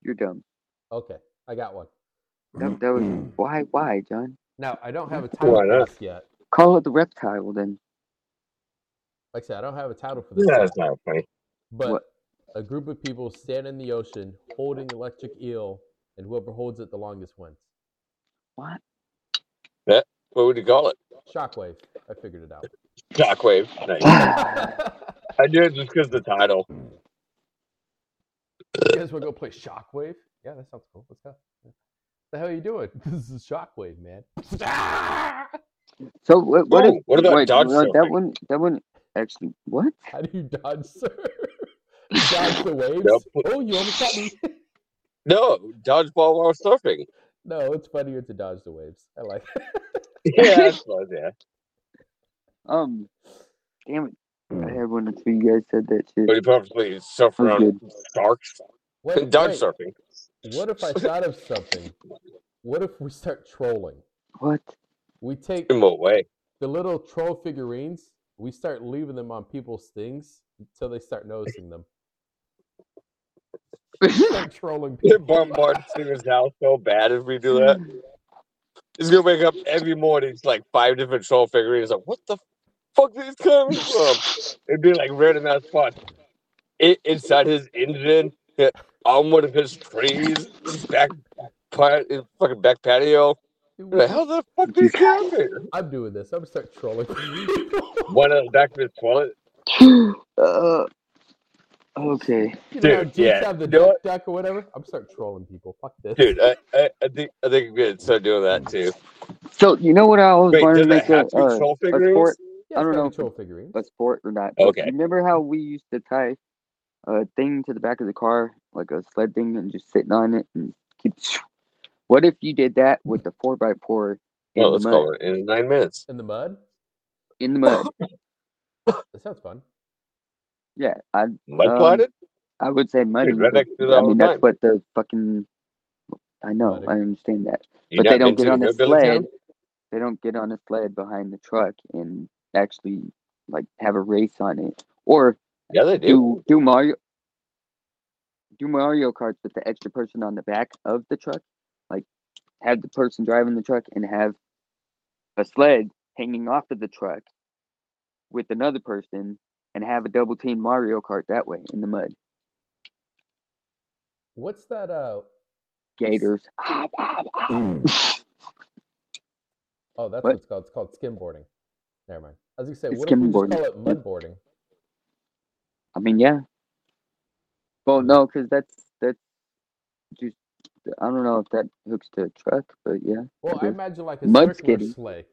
Speaker 1: You're dumb.
Speaker 2: Okay. I got one.
Speaker 1: That, that was why? Why, John?
Speaker 2: Now I don't have a title
Speaker 3: Why
Speaker 2: for
Speaker 3: not?
Speaker 2: this yet.
Speaker 1: Call it the reptile then.
Speaker 2: Like I said, I don't have a title for this
Speaker 3: Yeah,
Speaker 2: yet.
Speaker 3: That's not funny.
Speaker 2: But
Speaker 1: What?
Speaker 2: a group of people stand in the ocean holding electric eel, and whoever holds it the longest wins.
Speaker 1: What?
Speaker 3: What would you call it?
Speaker 2: Shockwave. I figured it out.
Speaker 3: Shockwave. Nice.
Speaker 1: Ah,
Speaker 3: I do it just because the title.
Speaker 2: you guys want to go play Shockwave? Yeah, that sounds cool. Let's go. The hell are you doing? This is Shockwave, man.
Speaker 1: so what? What, if,
Speaker 3: Ooh, what about
Speaker 1: wait,
Speaker 3: dodge
Speaker 1: no, That
Speaker 3: surfing?
Speaker 1: one. That one. Actually, what?
Speaker 2: How do you dodge, sir? dodge the waves?
Speaker 3: Nope.
Speaker 2: Oh, you almost got me.
Speaker 3: No, dodgeball while surfing.
Speaker 2: no, it's funnier to dodge the waves. I like it.
Speaker 3: Yeah, that's fun, yeah.
Speaker 1: Um. Damn it! I had one until you guys said that shit.
Speaker 3: But you probably surf
Speaker 1: I'm
Speaker 3: around sharks.
Speaker 2: What if,
Speaker 3: Dodge
Speaker 2: wait,
Speaker 3: surfing.
Speaker 2: what if I thought of something? What if we start trolling?
Speaker 1: What?
Speaker 2: We take
Speaker 3: In what way?
Speaker 2: the little troll figurines, we start leaving them on people's things until they start noticing them. Start trolling
Speaker 3: It
Speaker 2: people.
Speaker 3: bombards Steven's house so bad if we do that. He's gonna wake up every morning to like five different troll figurines. Like, what the fuck these coming from? It'd be like random ass spots. It inside his engine, yeah, on one of his trees, his back part, his fucking back patio. You're Like, how the fuck these come here?
Speaker 2: I'm doing this. I'm gonna start trolling people.
Speaker 3: One on the back of his toilet.
Speaker 1: uh, okay.
Speaker 2: You know how
Speaker 3: Dude,
Speaker 2: dudes
Speaker 3: yeah,
Speaker 2: have the
Speaker 3: you know
Speaker 2: duck
Speaker 3: what?
Speaker 2: duck or whatever? I'm gonna start trolling people. Fuck this.
Speaker 3: Dude, I, I, I think I think I'm gonna start doing that too.
Speaker 1: So you know what I always
Speaker 3: Wait,
Speaker 1: wanted
Speaker 3: does
Speaker 1: to
Speaker 3: that
Speaker 1: make a, uh, a,
Speaker 3: have to be troll
Speaker 1: a
Speaker 3: figurines?
Speaker 1: sport,
Speaker 2: Yeah,
Speaker 1: I don't
Speaker 2: it's gotta be
Speaker 1: know if
Speaker 2: troll figurines.
Speaker 1: a sport or not. but
Speaker 3: Okay.
Speaker 1: Remember how we used to tie a thing to the back of the car, like a sled thing, and just sitting on it and keep. What if you did that with the four by four in
Speaker 3: No,
Speaker 1: the
Speaker 3: Oh, let's
Speaker 1: mud?
Speaker 3: call it in nine minutes.
Speaker 2: In the mud?
Speaker 1: In the mud.
Speaker 2: That sounds fun.
Speaker 1: Yeah, I
Speaker 3: Mud
Speaker 1: Um,
Speaker 3: plotted?
Speaker 1: I would say muddy.
Speaker 3: Dude, right
Speaker 1: but,
Speaker 3: next to the
Speaker 1: I
Speaker 3: whole
Speaker 1: mean,
Speaker 3: time.
Speaker 1: that's what the fucking. I know.
Speaker 2: Muddy.
Speaker 1: I understand that.
Speaker 3: You
Speaker 1: but
Speaker 3: not
Speaker 1: they don't
Speaker 3: been
Speaker 1: get
Speaker 3: to
Speaker 1: on the
Speaker 3: hillbilly
Speaker 1: sled.
Speaker 3: town?
Speaker 1: They don't get on a sled behind the truck and actually like have a race on it, or
Speaker 3: Yeah, they do.
Speaker 1: do do Mario do Mario Karts with the extra person on the back of the truck, like have the person driving the truck and have a sled hanging off of the truck with another person and have a double team Mario Kart that way in the mud.
Speaker 2: What's that uh
Speaker 1: Gators. Ah,
Speaker 3: Mm.
Speaker 2: oh that's what,
Speaker 1: What?
Speaker 2: it's called. It's called skimboarding. Never mind. I was gonna say, what if we just
Speaker 1: Skimboarding.
Speaker 2: call it mudboarding?
Speaker 1: I mean, yeah. Well, no, because that's that's just I don't know if that hooks to a truck, but yeah.
Speaker 2: Well, I
Speaker 1: Okay.
Speaker 2: imagine like a
Speaker 1: Mud
Speaker 2: circular
Speaker 1: skidding.
Speaker 2: sleigh.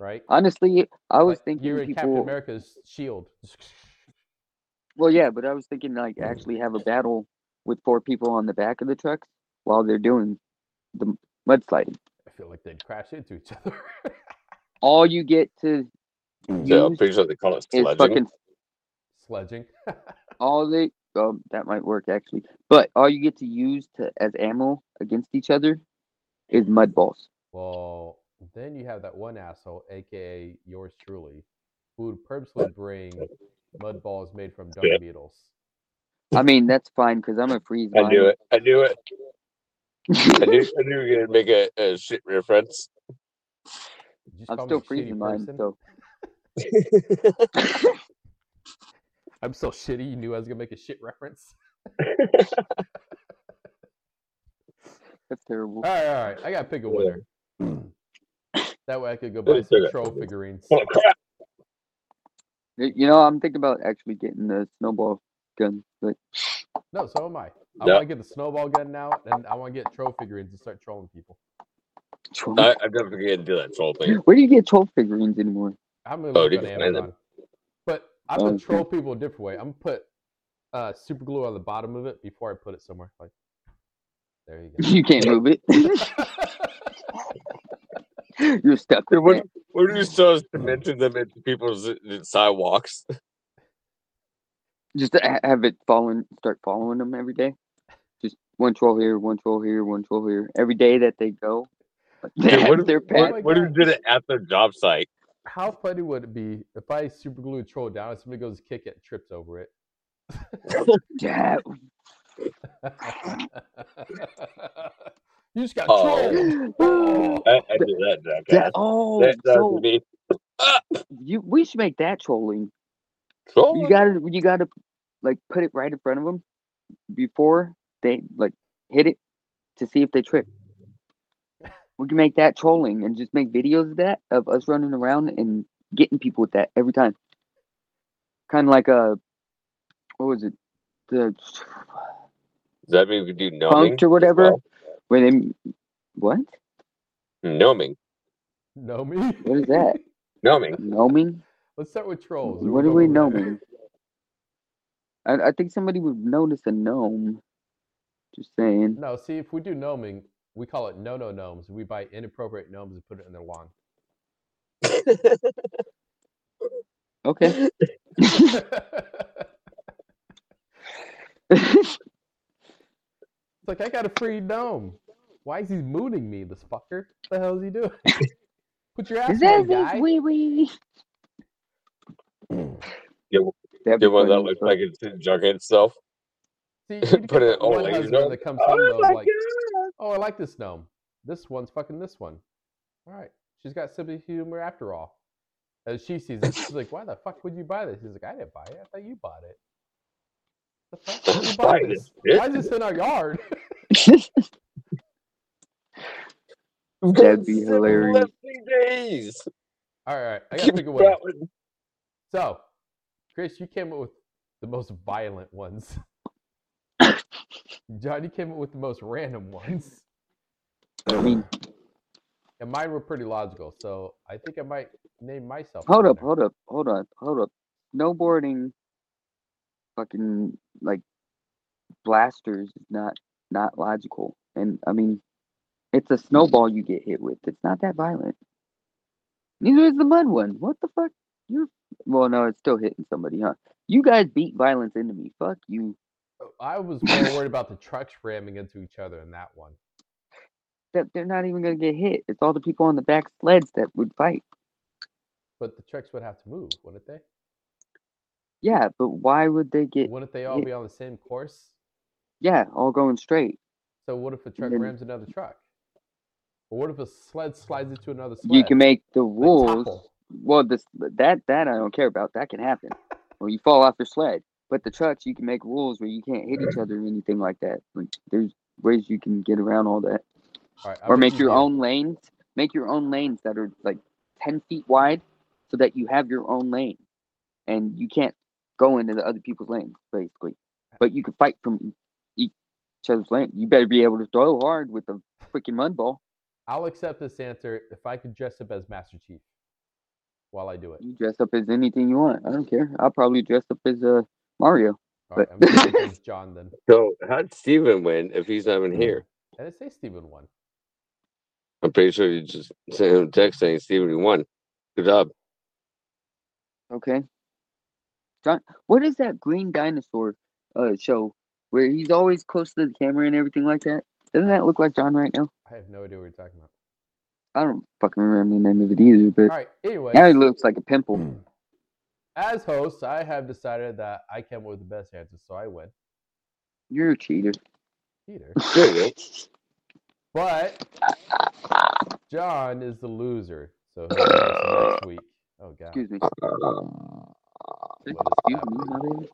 Speaker 2: Right?
Speaker 1: Honestly, I was
Speaker 2: Like,
Speaker 1: thinking
Speaker 2: you're in Captain
Speaker 1: people.
Speaker 2: America's shield.
Speaker 1: Well, yeah, but I was thinking like actually have a battle with four people on the back of the trucks while they're doing the m- mudsliding.
Speaker 2: I feel like they'd crash into each other.
Speaker 1: All you get to
Speaker 2: Mm.
Speaker 3: So I'm
Speaker 1: use
Speaker 3: pretty sure they call it
Speaker 1: is
Speaker 3: sledging.
Speaker 1: fucking
Speaker 2: Sledging.
Speaker 1: all they. Um, that might work actually, but all you get to use to as ammo against each other is mud balls.
Speaker 2: well, then you have that one asshole, aka yours truly, who would purposely bring mud balls made from dung
Speaker 3: Yeah.
Speaker 2: beetles.
Speaker 1: I mean that's fine because I'm a freeze
Speaker 3: I knew
Speaker 1: mine.
Speaker 3: it. I knew it. I knew, I knew you were gonna make a, a shit reference.
Speaker 2: Did you just
Speaker 1: I'm
Speaker 2: call me
Speaker 1: still
Speaker 2: a shitty
Speaker 1: freezing mine,
Speaker 2: person?
Speaker 1: so
Speaker 2: I'm so shitty. You knew I was gonna make a shit reference.
Speaker 1: that's terrible.
Speaker 2: All right, all right. I gotta pick a winner. that way I could go buy
Speaker 3: Let's do
Speaker 2: some
Speaker 3: it.
Speaker 2: troll figurines.
Speaker 3: Full of crap.
Speaker 1: Y- You know, I'm thinking about actually getting the snowball gun, but
Speaker 2: No, so am I. I
Speaker 3: No.
Speaker 2: want to get the snowball gun now, and I want to get troll figurines and start trolling people.
Speaker 1: troll.
Speaker 3: I, I'm definitely gonna do that troll thing.
Speaker 1: Where do you get troll figurines anymore?
Speaker 2: I'm gonna
Speaker 3: Oh,
Speaker 2: look
Speaker 3: you
Speaker 2: on
Speaker 3: can find them.
Speaker 2: Amazon. But I'm
Speaker 1: Oh,
Speaker 2: gonna
Speaker 1: okay.
Speaker 2: troll people a different way. I'm gonna put uh, super glue on the bottom of it before I put it somewhere. Like, there you go. Oh
Speaker 1: You can't move it. You're stuck
Speaker 3: Dude,
Speaker 1: with
Speaker 3: what,
Speaker 1: that.
Speaker 3: what are you supposed to mention them into people's uh, sidewalks?
Speaker 2: Oh
Speaker 1: Just to ha- have it following, start following them every day. Just one troll here, one troll here, one troll here. Every day that they go, they
Speaker 3: Dude,
Speaker 1: have
Speaker 3: what if-
Speaker 1: their
Speaker 2: Oh
Speaker 1: pet.
Speaker 2: my
Speaker 3: What if
Speaker 2: God.
Speaker 3: you did it at the job site?
Speaker 2: How funny would it be if I super glue a troll down and somebody goes to kick it, and trips over it?
Speaker 1: Yeah.
Speaker 2: you just got
Speaker 3: Oh.
Speaker 2: trolled.
Speaker 1: Oh,
Speaker 3: I, I did that,
Speaker 1: that,
Speaker 3: jackass.
Speaker 1: oh
Speaker 3: that, that
Speaker 1: so
Speaker 3: was me.
Speaker 1: you, we should make that trolling.
Speaker 3: Troll?
Speaker 1: You gotta, you gotta, like, put it right in front of them before they like hit it to see if they trip. We can make that trolling and just make videos of that of us running around and getting people with that every time. Kind of like a, what was it, the
Speaker 3: Does that mean we do gnoming?
Speaker 1: punked or whatever,
Speaker 3: well.
Speaker 1: where they, what?
Speaker 3: Gnoming.
Speaker 2: Know me?
Speaker 1: What is that?
Speaker 3: Gnoming.
Speaker 1: Gnoming?
Speaker 2: Let's start with trolls. and
Speaker 1: What do
Speaker 2: we'll
Speaker 1: we
Speaker 2: go
Speaker 1: know,
Speaker 2: from there.
Speaker 1: man? I, I think somebody would notice a gnome. Just saying.
Speaker 2: No, see, if we do gnoming, we call it no no gnomes. We buy inappropriate gnomes and put it in their lawn.
Speaker 1: Okay.
Speaker 2: it's like I got a free gnome. Why is he mooning me, this fucker? What the hell is he doing? Put your ass
Speaker 1: Is that
Speaker 2: down,
Speaker 1: his
Speaker 2: guy.
Speaker 1: wee wee? That'd be
Speaker 3: Get one that
Speaker 1: funny as
Speaker 3: looks
Speaker 1: fuck.
Speaker 3: like it's in junk itself.
Speaker 2: See, you
Speaker 3: Put
Speaker 2: get
Speaker 3: it- oh,
Speaker 2: one
Speaker 3: like, you
Speaker 2: husband
Speaker 3: know-
Speaker 2: that comes home though, is like, oh, I like this gnome. This one's fucking this one. All right, she's got sense of humor after all. And she sees it, she's like, why the fuck would you buy this? He's like, I didn't buy it. I thought you bought it. The fuck? would You
Speaker 3: Buy
Speaker 2: bought
Speaker 3: this,
Speaker 2: this?
Speaker 3: bitch."
Speaker 2: Why is this in our yard?
Speaker 1: Oh That'd be
Speaker 3: Six
Speaker 1: hilarious.
Speaker 3: lefty days.
Speaker 2: all right, all right, I gotta
Speaker 3: Keep
Speaker 2: pick a winner.
Speaker 3: that one.
Speaker 2: So, Chris, you came up with the most violent ones. John, you came up with the most random ones.
Speaker 1: I mean,
Speaker 2: And mine were pretty logical, so I think I might name myself.
Speaker 1: hold
Speaker 2: the
Speaker 1: up,
Speaker 2: winner.
Speaker 1: hold up, hold up, hold up. Snowboarding, fucking like blasters is not not logical. And I mean, it's a snowball you get hit with. It's not that violent. Neither is the mud one. What the fuck? You're well, no, it's still hitting somebody, huh? You guys beat violence into me. Fuck you.
Speaker 2: I was more worried about the trucks ramming into each other in that one.
Speaker 1: That they're not even gonna get hit. It's all the people on the back sleds that would fight.
Speaker 2: But the trucks would have to move, wouldn't they?
Speaker 1: Yeah, but why would they get?
Speaker 2: Wouldn't they all
Speaker 1: yeah.
Speaker 2: be on the same course?
Speaker 1: Yeah, all going straight.
Speaker 2: So what if a truck
Speaker 1: Then-
Speaker 2: rams another truck? Or what if a sled slides into another sled?
Speaker 1: You can make the
Speaker 2: They
Speaker 1: rules.
Speaker 2: topple.
Speaker 1: Well, this that that I don't care about. That can happen. Or you fall off your sled. But the trucks, you can make rules where you can't hit each other or anything like that. Like there's ways you can get around all that,
Speaker 2: All right, I
Speaker 1: or
Speaker 2: bet
Speaker 1: make
Speaker 2: you
Speaker 1: your
Speaker 2: do.
Speaker 1: own lanes. Make your own lanes that are like ten feet wide, so that you have your own lane, and you can't go into the other people's lanes basically. But you can fight from e-, each other's lane. You better be able to throw hard with a freaking mud ball.
Speaker 2: I'll accept this answer if I could dress up as Master Chief while I do it.
Speaker 1: You dress up as anything you want. I don't care. I'll probably dress up as uh, Mario.
Speaker 2: All right,
Speaker 1: But-
Speaker 2: I'm going to choose John then.
Speaker 3: So how'd Steven win if he's not
Speaker 1: Hmm.
Speaker 3: even here?
Speaker 2: I didn't say Steven won.
Speaker 3: I'm pretty sure you just sent him a text saying Steven you won. Good job.
Speaker 1: Okay. John, what is that green dinosaur uh show where he's always close to the camera and everything like that? Doesn't that look like John right now?
Speaker 2: I have no idea what you're talking about.
Speaker 1: I don't fucking remember the name of it either, but
Speaker 2: All right, anyway.
Speaker 1: now he looks like a pimple.
Speaker 2: As host, I have decided that I came up with the best answer, so I win.
Speaker 1: You're a cheater.
Speaker 2: Peter.
Speaker 3: There you
Speaker 2: But John is the loser, so he'll be us next week. Oh god.
Speaker 1: Excuse me.
Speaker 3: go.
Speaker 2: What is
Speaker 1: Excuse me,
Speaker 2: happening?
Speaker 1: my baby.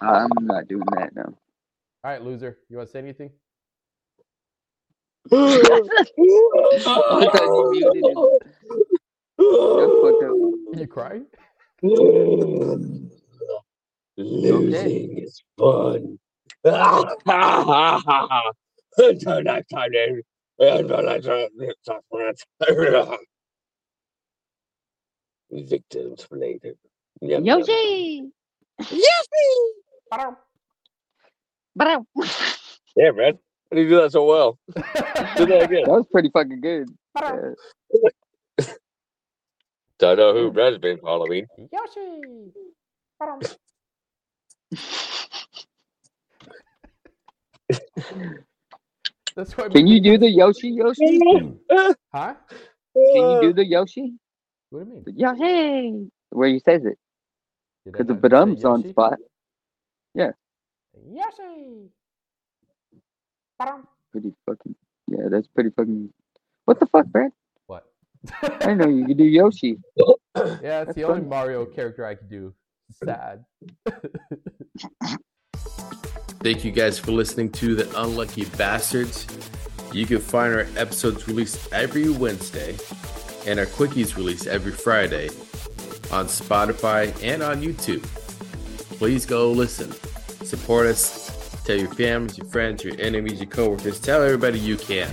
Speaker 1: I'm not doing that now.
Speaker 2: All right, loser. You want to say anything?
Speaker 1: I thought you muted him.
Speaker 2: You crying?
Speaker 3: Losing is fun. Don't act on it. Victims for later. Yum, yum.
Speaker 1: Yoshi!
Speaker 2: Ba-dum.
Speaker 1: Ba-dam.
Speaker 3: Yeah, man. How do you do that so well? Do that again.
Speaker 1: that was pretty fucking good. Uh,
Speaker 2: Ba-dum.
Speaker 1: Yeah.
Speaker 3: Don't know who Brad's been following.
Speaker 2: Yoshi. Ba-dum. That's why
Speaker 1: Can you do the Yoshi Yoshi?
Speaker 2: Huh?
Speaker 1: Can you do the Yoshi?
Speaker 2: What do you mean?
Speaker 1: The Yoshi! Where he says it.
Speaker 2: Did I
Speaker 1: Because the
Speaker 2: not say
Speaker 1: badum's on
Speaker 2: Yoshi?
Speaker 1: spot.
Speaker 2: Yoshi. Ba-dum.
Speaker 1: Pretty fucking. Yeah, that's pretty fucking. What the fuck, Brad?
Speaker 2: What?
Speaker 1: I didn't know you could do Yoshi.
Speaker 2: Yeah, it's
Speaker 1: That's
Speaker 2: the only
Speaker 1: funny.
Speaker 2: Mario character I can do. Sad. Thank you guys for listening to The Unlucky Bastards. You can find our episodes released every Wednesday and our quickies released every Friday on Spotify and on YouTube. Please go listen. Support us. Tell your families, your friends, your enemies, your coworkers. Tell everybody you can.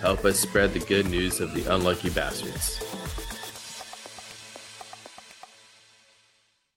Speaker 2: Help us spread the good news of The Unlucky Bastards.